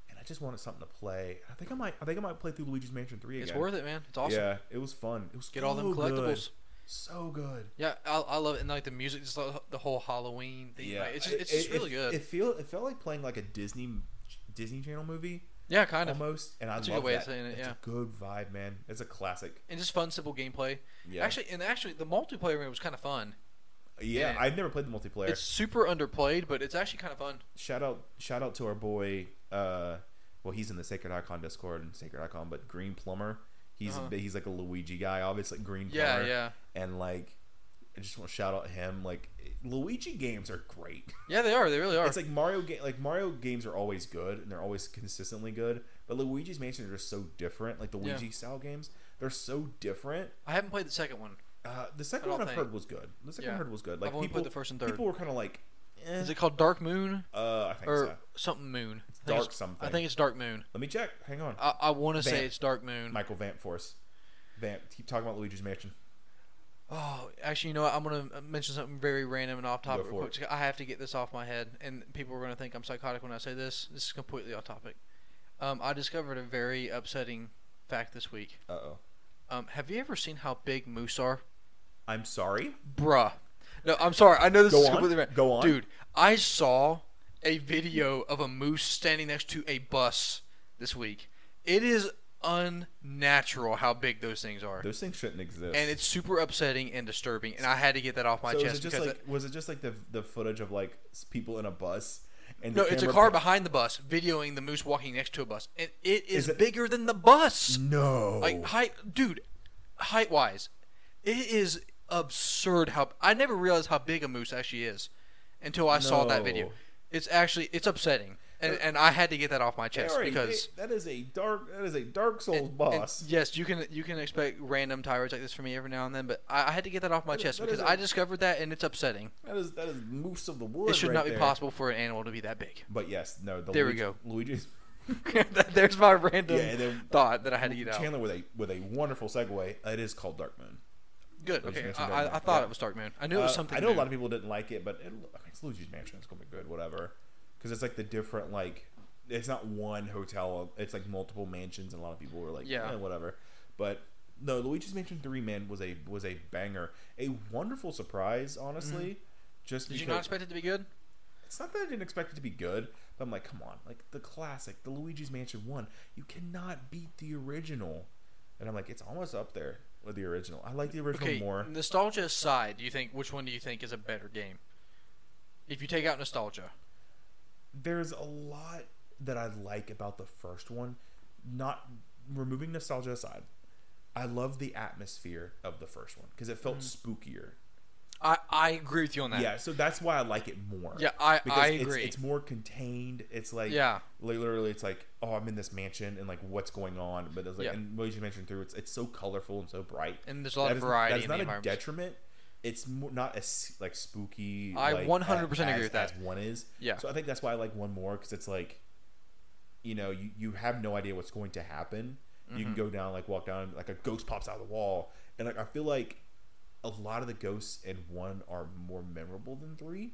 S1: and I just wanted something to play. I think I might. I think I might play through Luigi's Mansion Three again.
S2: It's worth it, man. It's awesome.
S1: Yeah. It was fun. It was
S2: Get all
S1: so
S2: them
S1: good.
S2: collectibles.
S1: So good.
S2: Yeah, I, I love it. And like the music, just like, the whole Halloween thing. like, it's just, it's
S1: It-
S2: just
S1: it-
S2: really
S1: it,
S2: good.
S1: It feel it felt like playing like a Disney Disney Channel movie
S2: yeah, kind of.
S1: almost, and I
S2: That's a good
S1: love
S2: way of
S1: that.
S2: saying it,
S1: It's
S2: yeah.
S1: a good vibe, man. It's a classic.
S2: And just fun, simple gameplay.
S1: Yeah,
S2: Actually, and actually, the multiplayer mode was kind of fun.
S1: yeah.
S2: yeah.
S1: I've never played the multiplayer.
S2: It's super underplayed, but it's actually kind of fun.
S1: shout out shout out to our boy. uh Well, he's in the Sacred Icon Discord and Sacred Icon, but Green Plumber. He's
S2: Uh-huh.
S1: he's like a Luigi guy, obviously Green
S2: Yeah,
S1: Plumber.
S2: yeah,
S1: And like, I just want to shout out him. Like, Luigi games are great.
S2: yeah. They are. They really are.
S1: It's like Mario game. Like Mario games are always good and they're always consistently good. But Luigi's Mansion are just so different. Like the
S2: Yeah.
S1: Luigi style games, they're so different.
S2: I haven't played the second one.
S1: Uh, the second
S2: I
S1: one
S2: don't
S1: I've
S2: think-
S1: heard was good. The second
S2: Yeah.
S1: one I heard was good. Like
S2: I've only
S1: people,
S2: played the first and third.
S1: people were kind of like, eh.
S2: Is it called Dark Moon
S1: uh, I think
S2: or
S1: so.
S2: something Moon? I think
S1: Dark
S2: it's-
S1: something.
S2: I think it's Dark Moon.
S1: Let me check. Hang on.
S2: I, I want to
S1: Vamp.
S2: say it's Dark Moon.
S1: Michael Vamp Force. Vamp. Keep talking about Luigi's Mansion.
S2: Oh, actually, you know what? I'm gonna uh, mention something very random and off topic.
S1: Go
S2: Real
S1: for
S2: quick. I have to get this off my head, and people are gonna think I'm psychotic when I say this. This is completely off topic. Um, I discovered a very upsetting fact this week.
S1: Uh oh.
S2: Um, have you ever seen how big moose are,
S1: I'm sorry.
S2: bruh? No, I'm sorry. I know this
S1: Go
S2: is
S1: on.
S2: completely random.
S1: Go on.
S2: dude. I saw a video of a moose standing next to a bus this week. It is unnatural how big those things are.
S1: Those things shouldn't exist.
S2: And it's super upsetting and disturbing, and I had to get that off my
S1: so
S2: chest
S1: was it just
S2: because
S1: like was it just like the the footage of like s- people in a bus and
S2: No,
S1: the
S2: it's a
S1: camera
S2: car
S1: pan-
S2: behind the bus videoing the moose walking next to a bus, and it is,
S1: Is it-
S2: bigger than the bus.
S1: No.
S2: Like height, dude, height wise, it is absurd how I never realized how big a moose actually is until I saw that video.
S1: No. Uh,
S2: It's actually it's upsetting, and, and I had to get that off my chest
S1: They are a-
S2: because
S1: they- that is a dark that is a Dark Souls
S2: and- and
S1: boss.
S2: yes, you can you can expect random tirades like this from me every now and then, but I, I had to get that off my
S1: That is-
S2: chest
S1: that
S2: because
S1: is
S2: I
S1: a-
S2: discovered that and it's upsetting.
S1: that is that is moose of the wood.
S2: It should
S1: right
S2: not be
S1: there.
S2: possible for an animal to be that big.
S1: But yes, no. The
S2: There we
S1: Luigi,
S2: go.
S1: Luigi's
S2: There's my random
S1: Yeah, there-
S2: thought that I had to get out.
S1: Chandler with a with a wonderful segue. It is called Dark Moon.
S2: Good.
S1: Luigi's
S2: Okay.
S1: Mansion
S2: I,
S1: Dark
S2: I,
S1: Moon.
S2: I thought
S1: Yeah.
S2: it was Dark Moon. I knew it was
S1: Uh,
S2: something.
S1: I know
S2: new.
S1: a lot of people didn't like it, but it, I mean, it's Luigi's Mansion. It's gonna be good, whatever. Because it's like the different like it's not one hotel. It's like multiple mansions, and a lot of people were like,
S2: Yeah.
S1: yeah, whatever. But no, Luigi's Mansion Three Man was a was a banger, a wonderful surprise, honestly. Just
S2: Mm-hmm. Did you
S1: because
S2: not expect it to be good?
S1: it's not that I didn't expect it to be good, but I'm like, come on, like the classic, the Luigi's Mansion One. You cannot beat the original, and I'm like, it's almost up there with the original. I like the original
S2: Okay.
S1: more.
S2: Nostalgia aside, do you think which one do you think is a better game? If you take out nostalgia,
S1: there's a lot that I like about the first one. Not removing nostalgia aside, I love the atmosphere of the first one because it
S2: Mm.
S1: felt spookier.
S2: I, I agree with you on that.
S1: Yeah, so that's why I like it more.
S2: Yeah, I-
S1: because
S2: I
S1: it's-
S2: agree.
S1: It's, more contained. It's like
S2: Yeah.
S1: like, literally, it's like oh, I'm in this mansion and like what's going on. But it's like
S2: Yeah.
S1: and Luigi's Mansion Three, it's it's so colorful and so bright.
S2: And there's a lot
S1: That
S2: of
S1: is-
S2: variety
S1: That's
S2: in
S1: not
S2: the
S1: a
S2: environment.
S1: detriment. It's mo- not as like spooky.
S2: I
S1: like,
S2: 100%
S1: as-
S2: agree with
S1: as
S2: that.
S1: one is.
S2: Yeah.
S1: So I think that's why I like one more because it's like, you know, you, you have no idea what's going to happen. You
S2: Mm-hmm.
S1: can go down, like walk down, like a ghost pops out of the wall, and like I feel like a lot of the ghosts in one are more memorable than three.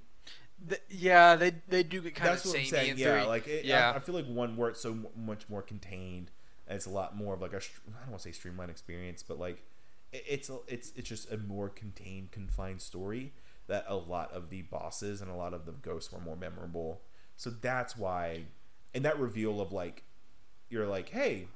S2: Th- yeah, they they do get kind
S1: that's
S2: of
S1: what I'm
S2: samey
S1: saying.
S2: in
S1: Yeah,
S2: E three.
S1: like it,
S2: yeah,
S1: I, I feel like one where it's so m- much more contained. And it's a lot more of like a str- I don't want to say streamlined experience, but like it, it's a, it's it's just a more contained, confined story that a lot of the bosses and a lot of the ghosts were more memorable. So that's why, and that reveal of like you're like, hey,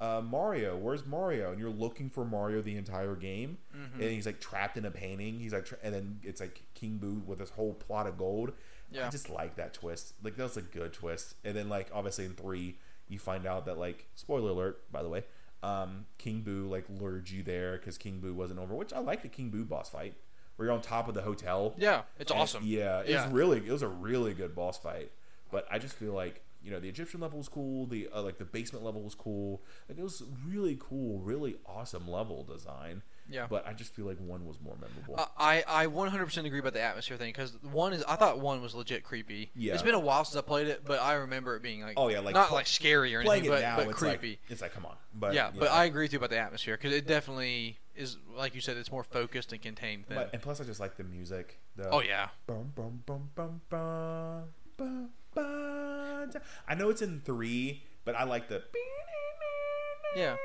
S1: uh, Mario, where's Mario? And you're looking for Mario the entire game,
S2: Mm-hmm.
S1: and he's like trapped in a painting. He's like, tra- and then it's like King Boo with this whole plot of gold.
S2: Yeah.
S1: I just like that twist. Like that was a good twist. And then like obviously in three, you find out that like spoiler alert, by the way, um, King Boo like lured you there because King Boo wasn't over. Which I like the King Boo boss fight where you're on top of the hotel.
S2: yeah, it's
S1: And-
S2: awesome.
S1: Yeah, it
S2: Yeah.
S1: was really it was a really good boss fight. But I just feel like you know the Egyptian level was cool. The uh, like the basement level was cool. Like it was really cool, really awesome level design.
S2: Yeah.
S1: But I just feel like one was more memorable.
S2: I, I I 100% agree about the atmosphere thing because one is I thought one was legit creepy.
S1: Yeah.
S2: It's been a while since I played it, but I remember it being like
S1: Oh, yeah, like,
S2: not
S1: pl-
S2: like scary or
S1: Playing
S2: anything,
S1: it
S2: but,
S1: now,
S2: but
S1: it's
S2: creepy.
S1: like it's like come on. But
S2: yeah,
S1: you
S2: but
S1: know.
S2: I agree with you about the atmosphere because it definitely is like you said, it's more focused and contained than.
S1: But, uh, and plus, I just like the music. The
S2: oh yeah,
S1: Bum, bum, bum, bum, bum, bum, bum. I know it's in three, but I like the.
S2: yeah,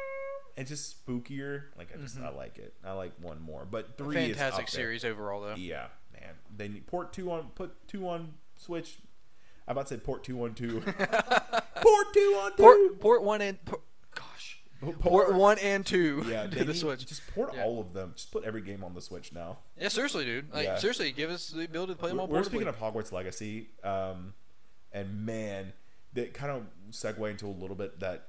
S1: It's just spookier. Like I just I like it. I like one more, but three is up
S2: Mm-hmm. fantastic
S1: there.
S2: series overall though.
S1: Yeah, man. They need port two on put two on switch. I about to say port two on two. port two on two.
S2: Port port one and port, gosh,
S1: Port-
S2: port, one and two
S1: yeah,
S2: to
S1: they
S2: the
S1: need-
S2: Switch.
S1: Just port
S2: Yeah.
S1: all of them. Just put every game on the Switch now.
S2: Yeah, seriously, dude. Like
S1: Yeah.
S2: seriously, give us the ability to play them
S1: We're,
S2: all.
S1: we're
S2: portably.
S1: speaking of Hogwarts Legacy, um, and man, that kind of segue into a little bit that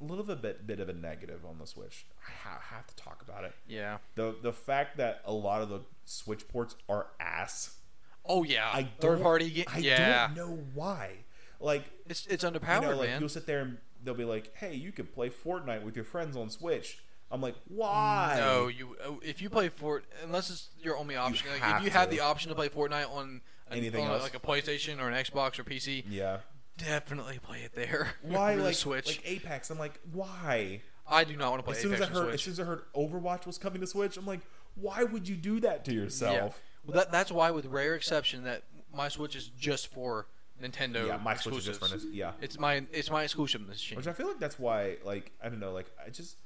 S1: a little bit bit of a negative on the Switch. I ha- have to talk about it.
S2: Yeah.
S1: The the fact that a lot of the Switch ports are ass.
S2: Oh yeah.
S1: I
S2: Third
S1: don't-
S2: party. Ga-
S1: I
S2: yeah.
S1: don't know why. Like
S2: It's it's underpowered,
S1: you know, like
S2: man.
S1: you'll sit there and they'll be like, "Hey, you could play Fortnite with your friends on Switch." I'm like, "Why?"
S2: No, you. uh, If you play Fort, unless it's your only option. like,
S1: have
S2: if you have
S1: to.
S2: the option to play Fortnite on an-
S1: Anything
S2: on a-
S1: else.
S2: like a PlayStation or an Xbox or PC,
S1: Yeah.
S2: definitely play it there.
S1: Why
S2: Over the
S1: like
S2: Switch?
S1: like Apex? I'm like, "Why?"
S2: I do not want to play
S1: As soon as
S2: Apex
S1: I
S2: on
S1: heard as
S2: Switch.
S1: soon as I heard Overwatch was coming to Switch, I'm like, "Why would you do that to
S2: Yeah.
S1: yourself?"
S2: Well, that, that's why, with rare exception, that my Switch is just for Nintendo.
S1: Yeah, my Switch is just for
S2: exclusives.
S1: Nin- yeah.
S2: It's my it's my exclusive machine.
S1: Which I feel like that's why like I don't know, like I just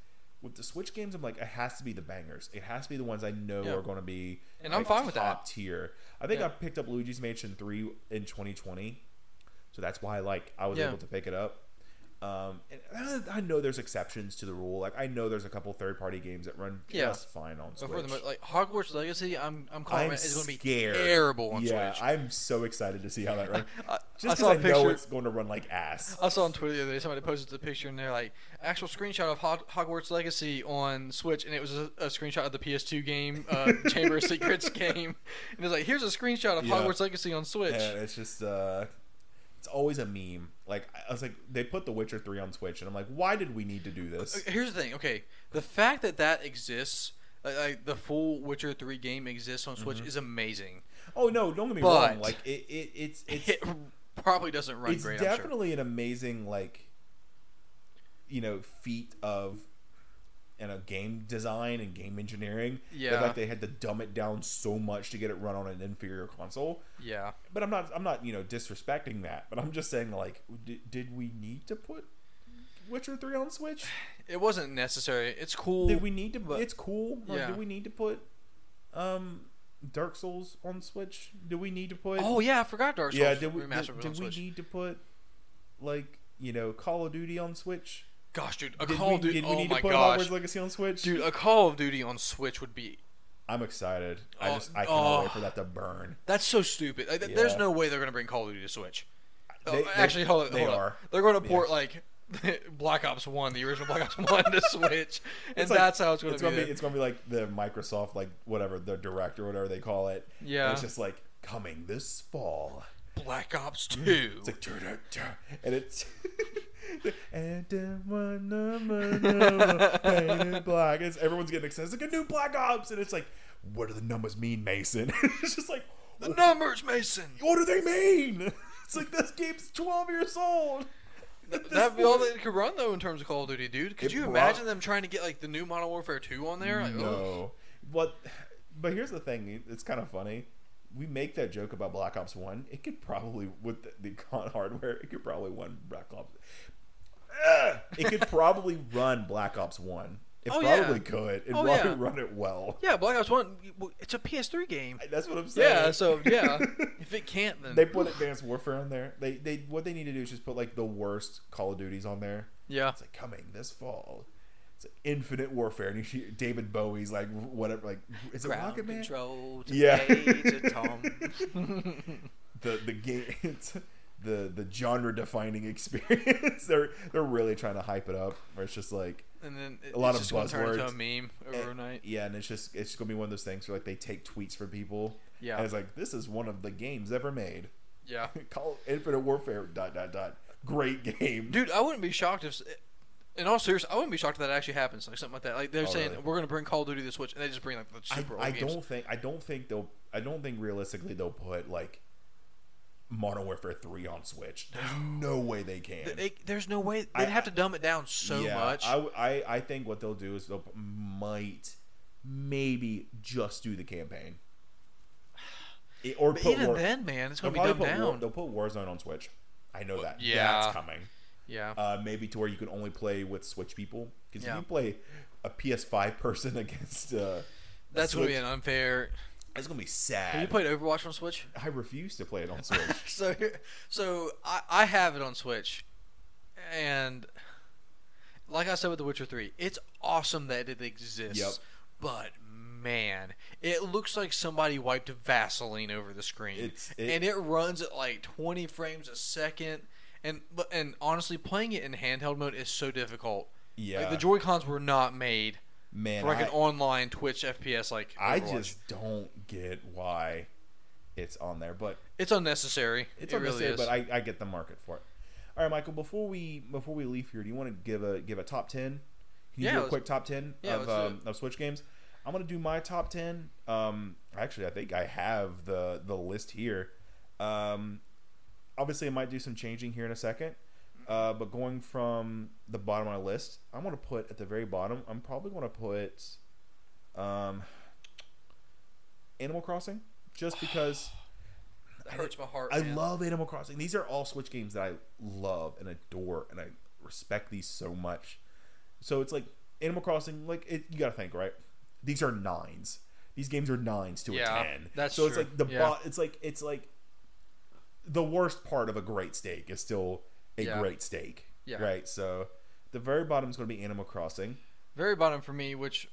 S1: with the Switch games, I'm like, it has to be the bangers. It has to be the ones I know
S2: Yeah.
S1: are going to be
S2: And I'm
S1: like,
S2: fine with that.
S1: top tier. I think
S2: Yeah.
S1: I picked up Luigi's Mansion three in 2020, so that's why like I was
S2: Yeah.
S1: able to pick it up. Um, and I- I know there's exceptions to the rule. Like I know there's a couple third party games that run
S2: Yeah.
S1: just fine on
S2: But
S1: Switch.
S2: for the most, like Hogwarts Legacy, I'm I'm calling
S1: I'm
S2: it is going to be
S1: scared.
S2: terrible on
S1: yeah,
S2: Switch.
S1: I'm so excited to see how that runs.
S2: I, I
S1: Just because
S2: saw
S1: I,
S2: a
S1: know
S2: picture. Oh,
S1: it's going to run like ass.
S2: I saw on Twitter the other day somebody posted the picture and they're like actual screenshot of Hog- Hogwarts Legacy on Switch and it was a, a screenshot of the PS2 game uh, Chamber of Secrets game and it's like here's a screenshot of
S1: Yeah.
S2: Hogwarts Legacy on Switch.
S1: Yeah, it's just uh it's always a meme. Like I was like they put The Witcher 3 on Switch and I'm like why did we need to do this?
S2: Uh, Here's the thing. Okay, the fact that that exists, like, like the full Witcher Three game exists on
S1: Mm-hmm.
S2: Switch, is amazing.
S1: Oh no, don't get me
S2: But-
S1: wrong. Like it, it it's it's
S2: It probably doesn't run
S1: it's
S2: great. I'm sure.
S1: definitely an amazing like you know feat of you know game design and game engineering. The
S2: Yeah.
S1: fact they had to dumb it down so much to get it run on an inferior console.
S2: Yeah.
S1: But I'm not I'm not you know disrespecting that. But I'm just saying like did, did we need to put Witcher 3 on Switch?
S2: It wasn't necessary. It's cool.
S1: Did we need to?
S2: but-
S1: it's cool. Like,
S2: yeah.
S1: Do we need to put um Dark Souls on Switch? Do we need to put?
S2: oh yeah, I forgot Dark Souls
S1: yeah. Did we?
S2: Remastered
S1: Did,
S2: was on
S1: did we
S2: Switch.
S1: need to put like you know Call of Duty on Switch?
S2: Gosh, dude, a
S1: Did
S2: Call
S1: we,
S2: of Duty.
S1: did we
S2: Oh
S1: need to
S2: my
S1: put
S2: gosh,
S1: Hogwarts Legacy on Switch?
S2: dude, a Call of Duty on Switch would be.
S1: I'm excited. I
S2: Oh,
S1: just I can't
S2: oh.
S1: wait for that to burn.
S2: That's so stupid. Like, th- There's
S1: Yeah.
S2: no way they're gonna bring Call of Duty to Switch. Oh,
S1: They- they-
S2: actually, hold on.
S1: they
S2: hold on.
S1: are.
S2: They're going to port like Black Ops One, the original Black Ops One, to Switch, and
S1: like-
S2: that's how it's going
S1: it's
S2: to
S1: gonna
S2: be.
S1: be.
S2: there.
S1: It's gonna be like the Microsoft like whatever the director whatever they call it. And
S2: Yeah.
S1: it's just like coming this fall.
S2: Black Ops Two.
S1: Mm. It's like, "Dur, dur, dur," and it's and then one number, number, painted black. It's, everyone's getting excited. It's like a new Black Ops, and it's like, what do the numbers mean, Mason? it's just like,
S2: the numbers, Mason.
S1: what do they mean? It's like this game's twelve years old. At this
S2: That'd be all
S1: point-
S2: they could run though in terms of Call of Duty, dude. Could
S1: It
S2: you
S1: brought-
S2: imagine them trying to get like the new Modern Warfare Two on there? Like, oh,
S1: No, but but here's the thing. It's kind of funny. We make that joke about Black Ops One. It could probably with the, the con hardware, it could probably run Black Ops. Ugh! It could probably run Black Ops One. It
S2: Oh, yeah.
S1: probably could. It
S2: Oh,
S1: probably
S2: yeah.
S1: run it well.
S2: yeah, Black Ops One. well, It's a PS3 game.
S1: That's what I'm saying.
S2: Yeah, so yeah, if it can't, then
S1: they put Advanced Warfare on there. They they what they need to do is just put like the worst Call of Duties on there.
S2: yeah.
S1: It's like coming this fall. It's like Infinite Warfare, and you see David Bowie's like whatever, like is it
S2: Ground
S1: Rocket Man?
S2: control to
S1: Yeah.
S2: Paige and Tom.
S1: the the game it's the the genre defining experience they're they're really trying to hype it up where it's just like
S2: and then it,
S1: A lot
S2: it's
S1: of
S2: just gonna turn into a
S1: buzzwords. Eh.
S2: meme overnight.
S1: yeah and it's just it's gonna be one of those things where like they take tweets from people
S2: Yeah.
S1: and it's like this is one of the games ever made
S2: Yeah,
S1: call it infinite warfare dot dot dot great game
S2: dude, I wouldn't be shocked if. eh, In all seriousness, I wouldn't be shocked if that actually happens, like something like that. Like they're
S1: Oh,
S2: saying
S1: really?
S2: we're going to bring Call of Duty to the Switch, and they just bring like the
S1: I,
S2: super old
S1: I
S2: games.
S1: don't think i don't think they'll i don't think realistically they'll put like modern warfare 3 on switch there's no way they can
S2: Th- they- there's no way they'd
S1: I-
S2: have to dumb it down so
S1: yeah,
S2: much.
S1: I, w- I- I think what they'll do is they'll p- might maybe just do the campaign, It- or
S2: but
S1: put
S2: even
S1: War-
S2: then, man, it's
S1: they'll
S2: going to be
S1: probably
S2: dumbed
S1: put War-
S2: down.
S1: they'll put Warzone on Switch. I know that.
S2: yeah.
S1: that's coming.
S2: yeah,
S1: Uh, maybe to where you can only play with Switch people because
S2: Yeah.
S1: if you play a PS5 person against uh,
S2: that's going to be
S1: Switch-
S2: an unfair.
S1: that's gonna be sad.
S2: Have you played Overwatch on Switch?
S1: I refuse to play it on Switch.
S2: so, so I, I have it on Switch, and like I said with The Witcher Three, it's awesome that it exists.
S1: Yep.
S2: But man, it looks like somebody wiped Vaseline over the screen,
S1: It's- it-
S2: and it runs at like 20 frames a second. And but- and honestly, playing it in handheld mode is so difficult.
S1: yeah,
S2: Like the Joy Cons were not made
S1: man.
S2: for like
S1: I-
S2: an online Twitch FPS like
S1: I
S2: Overwatch.
S1: just don't get why it's on there, but
S2: it's unnecessary.
S1: It's
S2: it really
S1: unnecessary,
S2: is.
S1: but I, I get the market for it. All right, Michael. Before we before we leave here, do you want to give a give a top ten? Can you
S2: Yeah,
S1: do a
S2: let's-
S1: quick top ten
S2: yeah,
S1: of
S2: let's do
S1: um, of Switch games? I'm gonna do my top ten. Um, actually, I think I have the the list here. Um, obviously, I might do some changing here in a second. Uh, but going from the bottom of my list, I'm gonna put at the very bottom. I'm probably gonna put um, Animal Crossing, just because.
S2: that hurts my heart.
S1: I
S2: man.
S1: love Animal Crossing. These are all Switch games that I love and adore, and I respect these so much. So it's like Animal Crossing. Like it, you gotta think, right? These are nines. These games are nines to
S2: Yeah,
S1: a ten.
S2: that's
S1: so it's
S2: true.
S1: like the
S2: Yeah.
S1: bo- It's like it's like the worst part of a great steak is still a
S2: Yeah.
S1: great steak.
S2: Yeah.
S1: Right. So the very bottom is going to be Animal Crossing.
S2: Very bottom for me, which,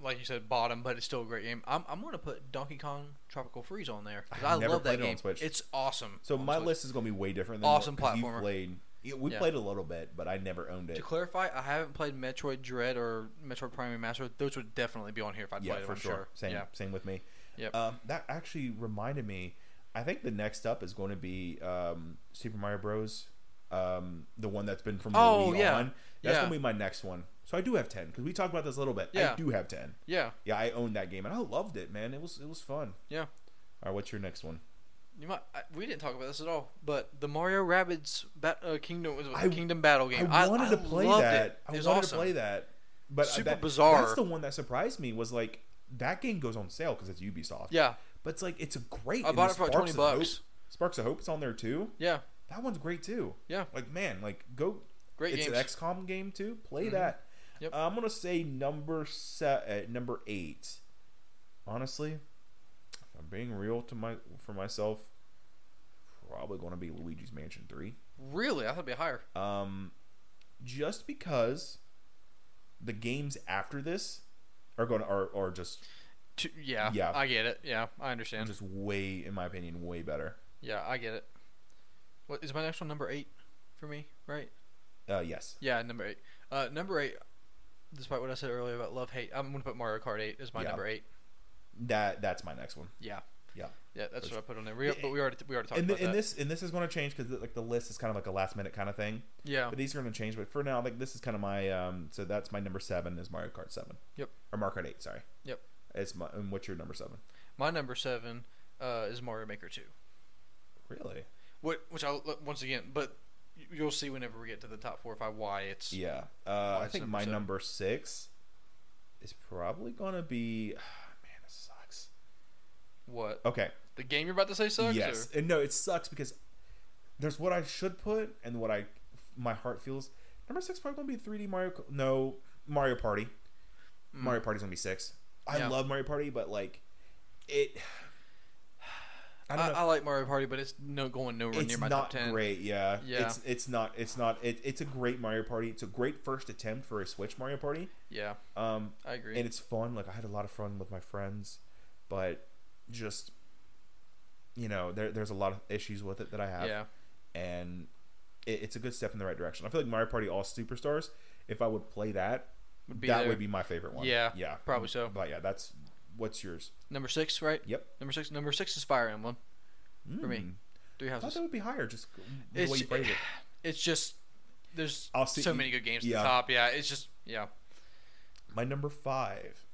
S2: like you said, bottom, but it's still a great game. I'm, I'm going to put Donkey Kong Tropical Freeze on there. 'cause
S1: I've
S2: I
S1: never
S2: love that
S1: played it on
S2: game.
S1: Switch.
S2: It's awesome.
S1: So
S2: on
S1: my
S2: Switch.
S1: list is going to be way different. Than
S2: Awesome
S1: yours, 'cause
S2: platformer.
S1: You played. yeah, We
S2: Yeah.
S1: played a little bit, but I never owned it.
S2: To clarify, I haven't played Metroid Dread or Metroid Prime Remastered. Those would definitely be on here if I
S1: yeah,
S2: played
S1: for
S2: them.
S1: sure.
S2: Sure.
S1: Same,
S2: Yeah.
S1: same with me.
S2: Yep.
S1: Um, that actually reminded me. I think the next up is going to be um, Super Mario Bros. Um, the one that's been from the
S2: Oh,
S1: Wii
S2: yeah.
S1: on. That's
S2: Yeah.
S1: going to be my next one. So I do have ten because we talked about this a little bit. I
S2: Yeah.
S1: do have ten.
S2: yeah.
S1: Yeah, I owned that game and I loved it, man. It was it was fun.
S2: Yeah.
S1: All right, what's your next one?
S2: You might. I, we didn't talk about this at all, but the Mario Rabbids Bat, uh, Kingdom was
S1: I-
S2: Kingdom Battle game.
S1: I wanted to play
S2: loved
S1: that.
S2: It.
S1: I
S2: It was
S1: wanted
S2: awesome.
S1: to play that. But uh,
S2: Super
S1: that-
S2: bizarre.
S1: That's the one that surprised me was like that game goes on sale because it's Ubisoft.
S2: Yeah,
S1: But it's like it's a great.
S2: I
S1: and
S2: bought
S1: the
S2: it for like
S1: Sparks
S2: twenty
S1: of Hope-
S2: bucks.
S1: Sparks of Hope's on there too.
S2: Yeah,
S1: That one's great too.
S2: Yeah.
S1: Like man, like go.
S2: Great
S1: it's
S2: games.
S1: an XCOM game too. Play
S2: Mhm.
S1: that.
S2: Yep.
S1: I'm gonna say number se- uh, number eight. Honestly, if I'm being real to my for myself, probably gonna be Luigi's Mansion Three.
S2: really, I thought it'd be higher.
S1: Um, just because the games after this are going to are, are just
S2: Two, yeah,
S1: Yeah.
S2: I get it. Yeah, I understand.
S1: just way, in my opinion, way better.
S2: yeah, I get it. What is my next one? Number eight for me, right?
S1: Uh, yes.
S2: Yeah, number eight. Uh, number eight. Despite what I said earlier about love hate, I'm gonna put Mario Kart Eight as my
S1: Yeah.
S2: number eight.
S1: That that's my next one.
S2: Yeah.
S1: Yeah.
S2: Yeah, that's
S1: Which-
S2: what I put on there. We, but we already we already talked
S1: and
S2: about
S1: th- and
S2: that.
S1: this and this is going to change because like the list is kind of like a last minute kind of thing.
S2: yeah.
S1: But these are going to change. But for now, like this is kind of my um. So that's my number seven is Mario Kart Seven.
S2: Yep.
S1: Or Mario Kart Eight. Sorry.
S2: Yep.
S1: It's my. And what's your number seven?
S2: My number seven uh, is Mario Maker Two.
S1: Really?
S2: What, which I once again, but y- you'll see whenever we get to the top four or five why it's.
S1: Yeah. Uh, I
S2: it's
S1: think
S2: number
S1: my
S2: seven.
S1: number six is probably going to be. man, this sucks.
S2: What
S1: Okay.
S2: the game you're about to say sucks?
S1: yes. And no, it sucks because there's what I should put and what I my heart feels. Number six probably gonna be 3D Mario. Co- No, Mario Party.
S2: Mm.
S1: Mario Party's gonna be six. I
S2: Yeah.
S1: love Mario Party, but like it. I
S2: Or?
S1: don't
S2: I,
S1: know.
S2: I like Mario Party, but it's no going nowhere near
S1: it's
S2: my top
S1: not
S2: ten.
S1: great. Yeah.
S2: Yeah.
S1: It's it's not it's not it, it's a great Mario Party. It's a great first attempt for a Switch Mario Party.
S2: Yeah,
S1: Um,
S2: I agree.
S1: and it's fun. Like I had a lot of fun with my friends, but just you know, there, there's a lot of issues with it that I have
S2: yeah,
S1: and it, it's a good step in the right direction. I feel like Mario Party All Superstars. If I would play that,
S2: Would be
S1: that
S2: there.
S1: would be my favorite one.
S2: Yeah,
S1: yeah,
S2: probably so.
S1: But yeah, that's what's yours.
S2: number six, right?
S1: Yep.
S2: Number six. Number six is Fire Emblem.
S1: Mm.
S2: me, Three
S1: I thought
S2: houses.
S1: that would be higher. Just the
S2: It's
S1: way you
S2: ju-
S1: played it.
S2: It's just there's
S1: I'll see-
S2: so many good games at
S1: yeah.
S2: the top. Yeah, it's just yeah.
S1: My number five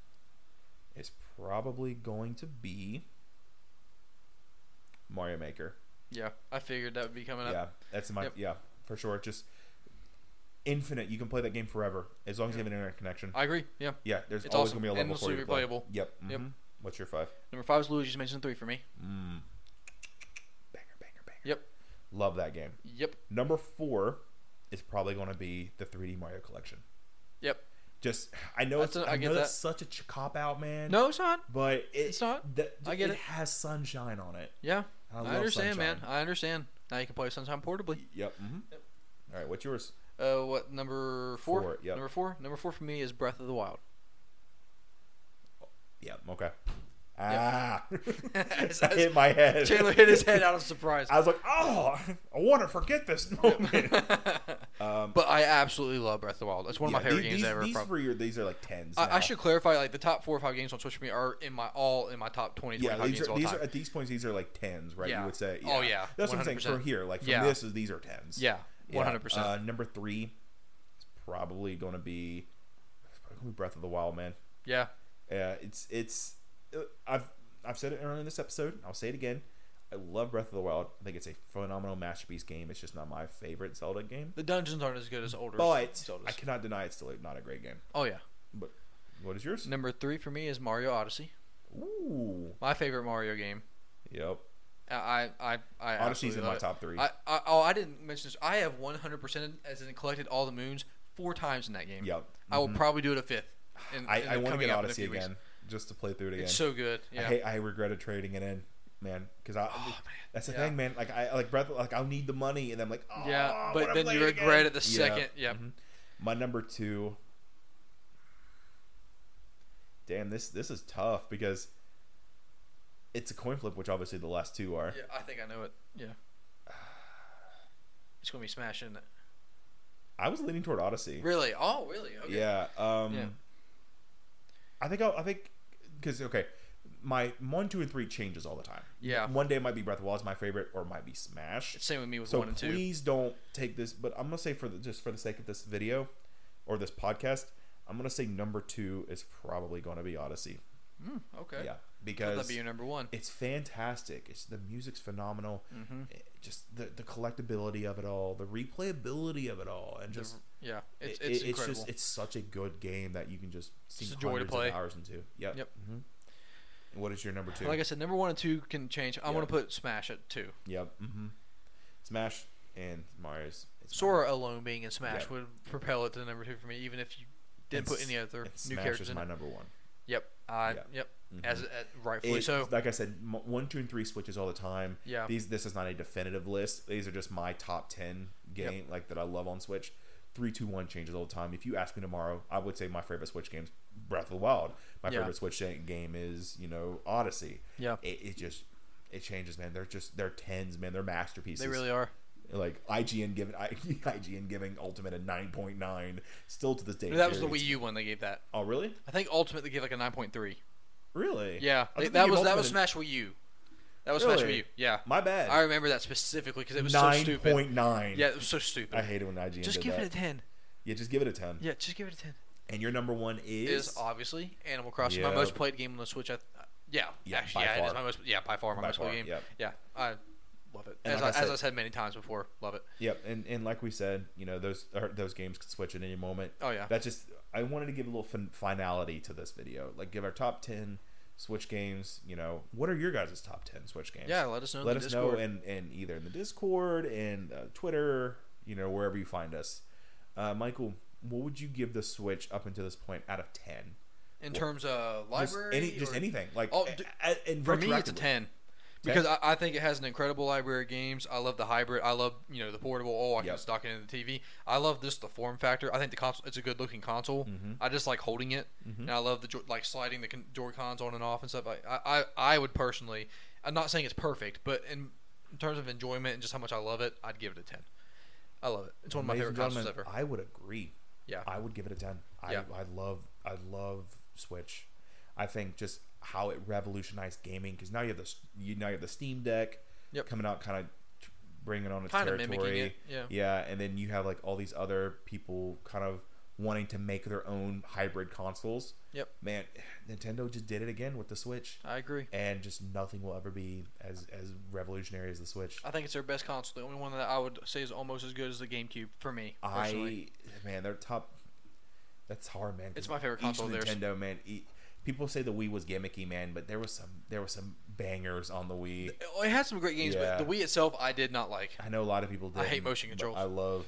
S1: is probably going to be Mario Maker.
S2: Yeah, I figured that would be coming up.
S1: Yeah, that's in my
S2: Yep.
S1: yeah for sure. Just infinite. You can play that game forever as long as you have an internet connection.
S2: I agree. Yeah.
S1: yeah, there's
S2: It's
S1: always
S2: awesome.
S1: gonna be a level for
S2: Endlessly
S1: you to play.
S2: replayable.
S1: Yep.
S2: Yep.
S1: mhm. What's your five?
S2: Number five is Luigi's Mansion Three for me.
S1: Mm. Banger, banger, banger.
S2: Yep.
S1: Love that game.
S2: Yep.
S1: Number four is probably going to be the 3D Mario Collection.
S2: Yep.
S1: Just, I know,
S2: That's
S1: it's,
S2: a-
S1: I
S2: I get
S1: know that's
S2: that.
S1: such a ch- cop out, man.
S2: No, it's not.
S1: but it,
S2: It's not.
S1: That,
S2: I get it.
S1: has sunshine on it.
S2: Yeah,
S1: I,
S2: I,
S1: love
S2: understand,
S1: sunshine.
S2: man. I understand. Now you can play Sunshine portably.
S1: Yep. mhm. All right, what's yours?
S2: Uh, what number four?
S1: Four, yep.
S2: Number four. Number four for me is Breath of the Wild.
S1: Yep. Okay. Ah,
S2: It's-
S1: I
S2: it's-
S1: hit my head.
S2: Chandler hit his head out of surprise.
S1: I was like, oh, I want to forget this moment. um,
S2: but I absolutely love Breath of the Wild. It's one of my
S1: yeah,
S2: favorite
S1: these,
S2: games
S1: these,
S2: ever.
S1: These,
S2: prob-
S1: for your, these are like tens.
S2: I, I
S1: now.
S2: should clarify, like the top four or five games on Switch for me are in my all in my top 20,
S1: Yeah,
S2: 25
S1: these
S2: games
S1: are,
S2: of all
S1: these
S2: time.
S1: are at these points. These are like tens, right? You
S2: Yeah.
S1: would say.
S2: Oh, yeah,
S1: That's what I'm saying.
S2: 100%.
S1: From here, like from
S2: Yeah.
S1: this, is these are tens.
S2: yeah,
S1: Yeah.
S2: one hundred percent.
S1: Uh, number three is probably going to be it's probably gonna be Breath of the Wild, man.
S2: Yeah,
S1: Yeah, it's it's. uh, I've I've said it earlier in this episode. I'll say it again. I love Breath of the Wild. I think it's a phenomenal masterpiece game. It's just not my favorite Zelda game,
S2: the dungeons aren't as good as older
S1: but
S2: Zeldas.
S1: I cannot deny it's still not a great game.
S2: oh yeah.
S1: But what is yours?
S2: Number three for me is Mario Odyssey.
S1: Ooh,
S2: My favorite Mario game.
S1: yep.
S2: I I I, I
S1: Odyssey's
S2: absolutely
S1: in
S2: love
S1: my
S2: it.
S1: top three.
S2: I, I oh I didn't mention this. I have 100% as in collected all the moons four times in that game.
S1: yep.
S2: I will
S1: Mhm.
S2: probably do it a fifth. In,
S1: I,
S2: in
S1: I want to
S2: coming
S1: get
S2: up in a
S1: Odyssey
S2: few weeks.
S1: again just to play through it again.
S2: It's so good.
S1: I
S2: Yeah.
S1: hate, I regretted trading it in. man, because I
S2: Oh, man.
S1: that's the
S2: Yeah.
S1: thing, man. Like I like breath, like I'll need the money, and I'm like, oh,
S2: yeah, but then you regret it the second. Yeah.
S1: Mm-hmm. My number two. Damn this this is tough because it's a coin flip, which obviously the last two are.
S2: yeah, I think I know it. Yeah, it's gonna be smashing. isn't it?
S1: I was leaning toward Odyssey.
S2: Really? Oh, really? Okay.
S1: Yeah. Um,
S2: Yeah.
S1: I think I'll, I think because okay, my one, two, and three changes all the time.
S2: Yeah.
S1: One day it might be Breath of the Wild is my favorite, or it might be Smash.
S2: Same with me with
S1: So
S2: one and two.
S1: please don't take this, but I'm gonna say for the, just for the sake of this video or this podcast, I'm gonna say number two is probably gonna be Odyssey.
S2: Mm, okay.
S1: Yeah,
S2: That'd
S1: because
S2: be your number one.
S1: it's fantastic. It's the music's phenomenal.
S2: Mm-hmm.
S1: It- just the the collectability of it all, the replayability of it all, and just
S2: yeah, it's,
S1: it-
S2: it's
S1: it-
S2: incredible.
S1: just it's such a good game that you can just sink
S2: It's a joy to
S1: hundreds of
S2: play.
S1: hours into. Yep.
S2: Yep.
S1: Mhm. And What is your number two?
S2: Like I said, number one and two can change. I
S1: Yeah.
S2: want to put Smash at two.
S1: yep. hmm Smash and Mario's. It's
S2: Sora alone being in Smash
S1: Yeah.
S2: would propel it to number two for me, even if you
S1: And
S2: didn't put
S1: s-
S2: any other
S1: Mario. And
S2: new
S1: Smash
S2: characters
S1: is
S2: in
S1: my
S2: it.
S1: number one.
S2: Yep. I
S1: Yeah.
S2: yep.
S1: Mhm.
S2: As uh, rightfully
S1: It-
S2: so.
S1: like I said, m- one, two, and three switches all the time.
S2: Yeah.
S1: These this is not a definitive list. These are just my top ten
S2: Yep.
S1: game like that I love on Switch. Three, two, one changes all the time. If you ask me tomorrow, I would say my favorite Switch game's Breath of the Wild. My
S2: Yeah.
S1: favorite Switch ga- game is you know Odyssey.
S2: Yeah.
S1: It, it just it changes, man. They're just they're tens, man. They're masterpieces.
S2: They really are.
S1: like IGN giving I, IGN giving Ultimate a nine point nine. Still to this day,
S2: that was the
S1: carries.
S2: Wii U one they gave that.
S1: Oh really?
S2: I think Ultimate they gave like a nine point three.
S1: Really?
S2: Yeah.
S1: I
S2: They,
S1: thought they
S2: that
S1: gave
S2: was that
S1: Ultimate
S2: was
S1: a-
S2: Smash Wii U. That was Smash
S1: Really?
S2: Wii U. Yeah.
S1: My bad.
S2: I remember that specifically because it was so
S1: Nine
S2: stupid.
S1: point nine.
S2: Yeah, it was so stupid.
S1: I hate it when IGN
S2: just
S1: did
S2: give
S1: that.
S2: it a ten.
S1: yeah, just give it a ten.
S2: Yeah, just give it a ten.
S1: And your number one is,
S2: is obviously Animal Crossing. My
S1: Yeah.
S2: most played game on the Switch. I, yeah,
S1: Yeah, by
S2: actually, yeah, it is
S1: far.
S2: my most. Yeah, by far my
S1: By
S2: most
S1: far,
S2: played game.
S1: yep.
S2: Yeah, I love it.
S1: And
S2: As,
S1: like
S2: I,
S1: I
S2: as
S1: said-
S2: I said many times before, love it.
S1: yep. And and like we said, you know those or those games can switch at any moment.
S2: Oh, yeah.
S1: That's just I wanted to give a little fin- finality to this video, like give our top ten Switch games. You know, what are your guys' top ten Switch games?
S2: Yeah, let us know in
S1: Let
S2: the
S1: us know
S2: Discord.
S1: and and either in the Discord and uh, Twitter, you know wherever you find us. Uh, Michael, what would you give the Switch up until this point out of ten?
S2: In terms of
S1: Just
S2: library,
S1: any, just
S2: or-
S1: anything like
S2: Oh,
S1: a-
S2: d-
S1: a- and
S2: For me, it's a
S1: retroactively.
S2: ten. Because I, I think it has an incredible library of games. I love the hybrid. I love you know the portable. Oh, I can
S1: Yep.
S2: stock it into the TV. I love this the form factor. I think the console. It's a good looking console.
S1: Mm-hmm.
S2: I just like holding it, and I love the jo- like sliding the con- Joy Cons on and off and stuff. I, I I I would personally. I'm not saying it's perfect, but in, in terms of enjoyment and just how much I love it, I'd give it a ten. I love it. It's one of my
S1: Ladies and
S2: favorite consoles
S1: gentlemen,
S2: ever.
S1: I would agree.
S2: Yeah.
S1: I would give it a ten. I,
S2: Yeah.
S1: I love I love Switch. I think just how it revolutionized gaming because now you have the s- you now you have the Steam Deck
S2: Yep.
S1: coming out, kind of bringing on its
S2: Kinda mimicking
S1: territory.
S2: it, yeah.
S1: and then you have like all these other people kind of wanting to make their own hybrid consoles.
S2: Yep.
S1: Man, Nintendo just did it again with the Switch,
S2: I agree.
S1: and just nothing will ever be as as revolutionary as the Switch.
S2: I think it's their best console. The only one that I would say is almost as good as the GameCube for me. Personally.
S1: I man, they're top. That's hard, man. 'cause
S2: It's my favorite
S1: each
S2: console of theirs.
S1: Nintendo, man. E- people say the Wii was gimmicky, man, but there was some there were some bangers on the Wii.
S2: Oh, It had some great games,
S1: Yeah.
S2: but the Wii itself, I did not like.
S1: I know a lot of people did.
S2: I hate motion controls.
S1: I love.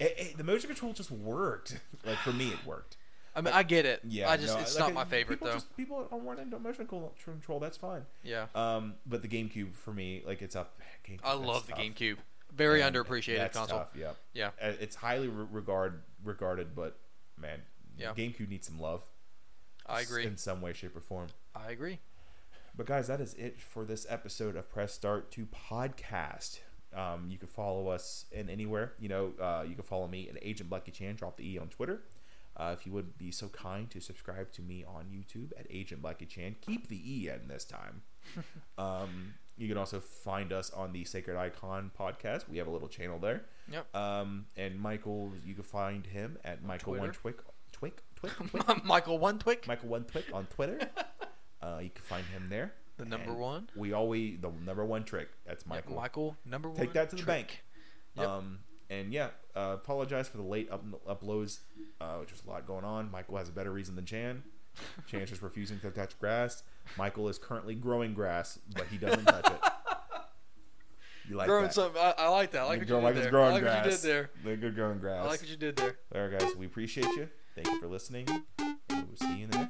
S1: It, it- the motion control just worked. Like for me, it worked.
S2: I mean, I get it.
S1: Yeah,
S2: I just
S1: no,
S2: it's
S1: like, uh,
S2: not my favorite
S1: people
S2: though.
S1: Just, people are weren't into motion control- control. That's fine.
S2: yeah,
S1: Um, but the GameCube for me, like it's up. GameCube,
S2: I
S1: that's
S2: love the
S1: tough.
S2: GameCube. Very
S1: Man,
S2: underappreciated
S1: that's
S2: console.
S1: Tough, yeah.
S2: Yeah,
S1: Uh, it's highly re- regard regarded, but man,
S2: Yeah.
S1: GameCube needs some love.
S2: I agree.
S1: in some way, shape, or form.
S2: I agree.
S1: But guys, that is it for this episode of Press Start to Podcast. Um, you can follow us in anywhere. You know, uh, you can follow me at Agent Blackie Chan. Drop the E on Twitter. Uh, if you would be so kind to subscribe to me on YouTube at Agent Blackie Chan. Keep the E in this time. um, you can also find us on the Sacred Icon podcast. We have a little channel there.
S2: Yep.
S1: Um, and Michael, you can find him at Michael One Twick Twick Twick
S2: Michael One Twick.
S1: Michael One Twick on Twitter. uh, you can find him there.
S2: The number one?
S1: We always the number one trick. That's Michael.
S2: Michael number one.
S1: Take that to the
S2: trick.
S1: bank.
S2: Yep.
S1: Um, and yeah, uh, apologize for the late up- uploads. Uh, there's a lot going on. Michael has a better reason than Chan. Chan's just refusing to touch grass. Michael is currently growing grass, but he doesn't touch it. You like
S2: growing
S1: that?
S2: something. I, I like that. I like,
S1: Michael's
S2: what you, did there. I
S1: growing
S2: like
S1: grass.
S2: what you did there.
S1: They're good growing grass.
S2: I like what you did there.
S1: All right, guys, we appreciate you. Thank you for listening. and We'll see you in the next.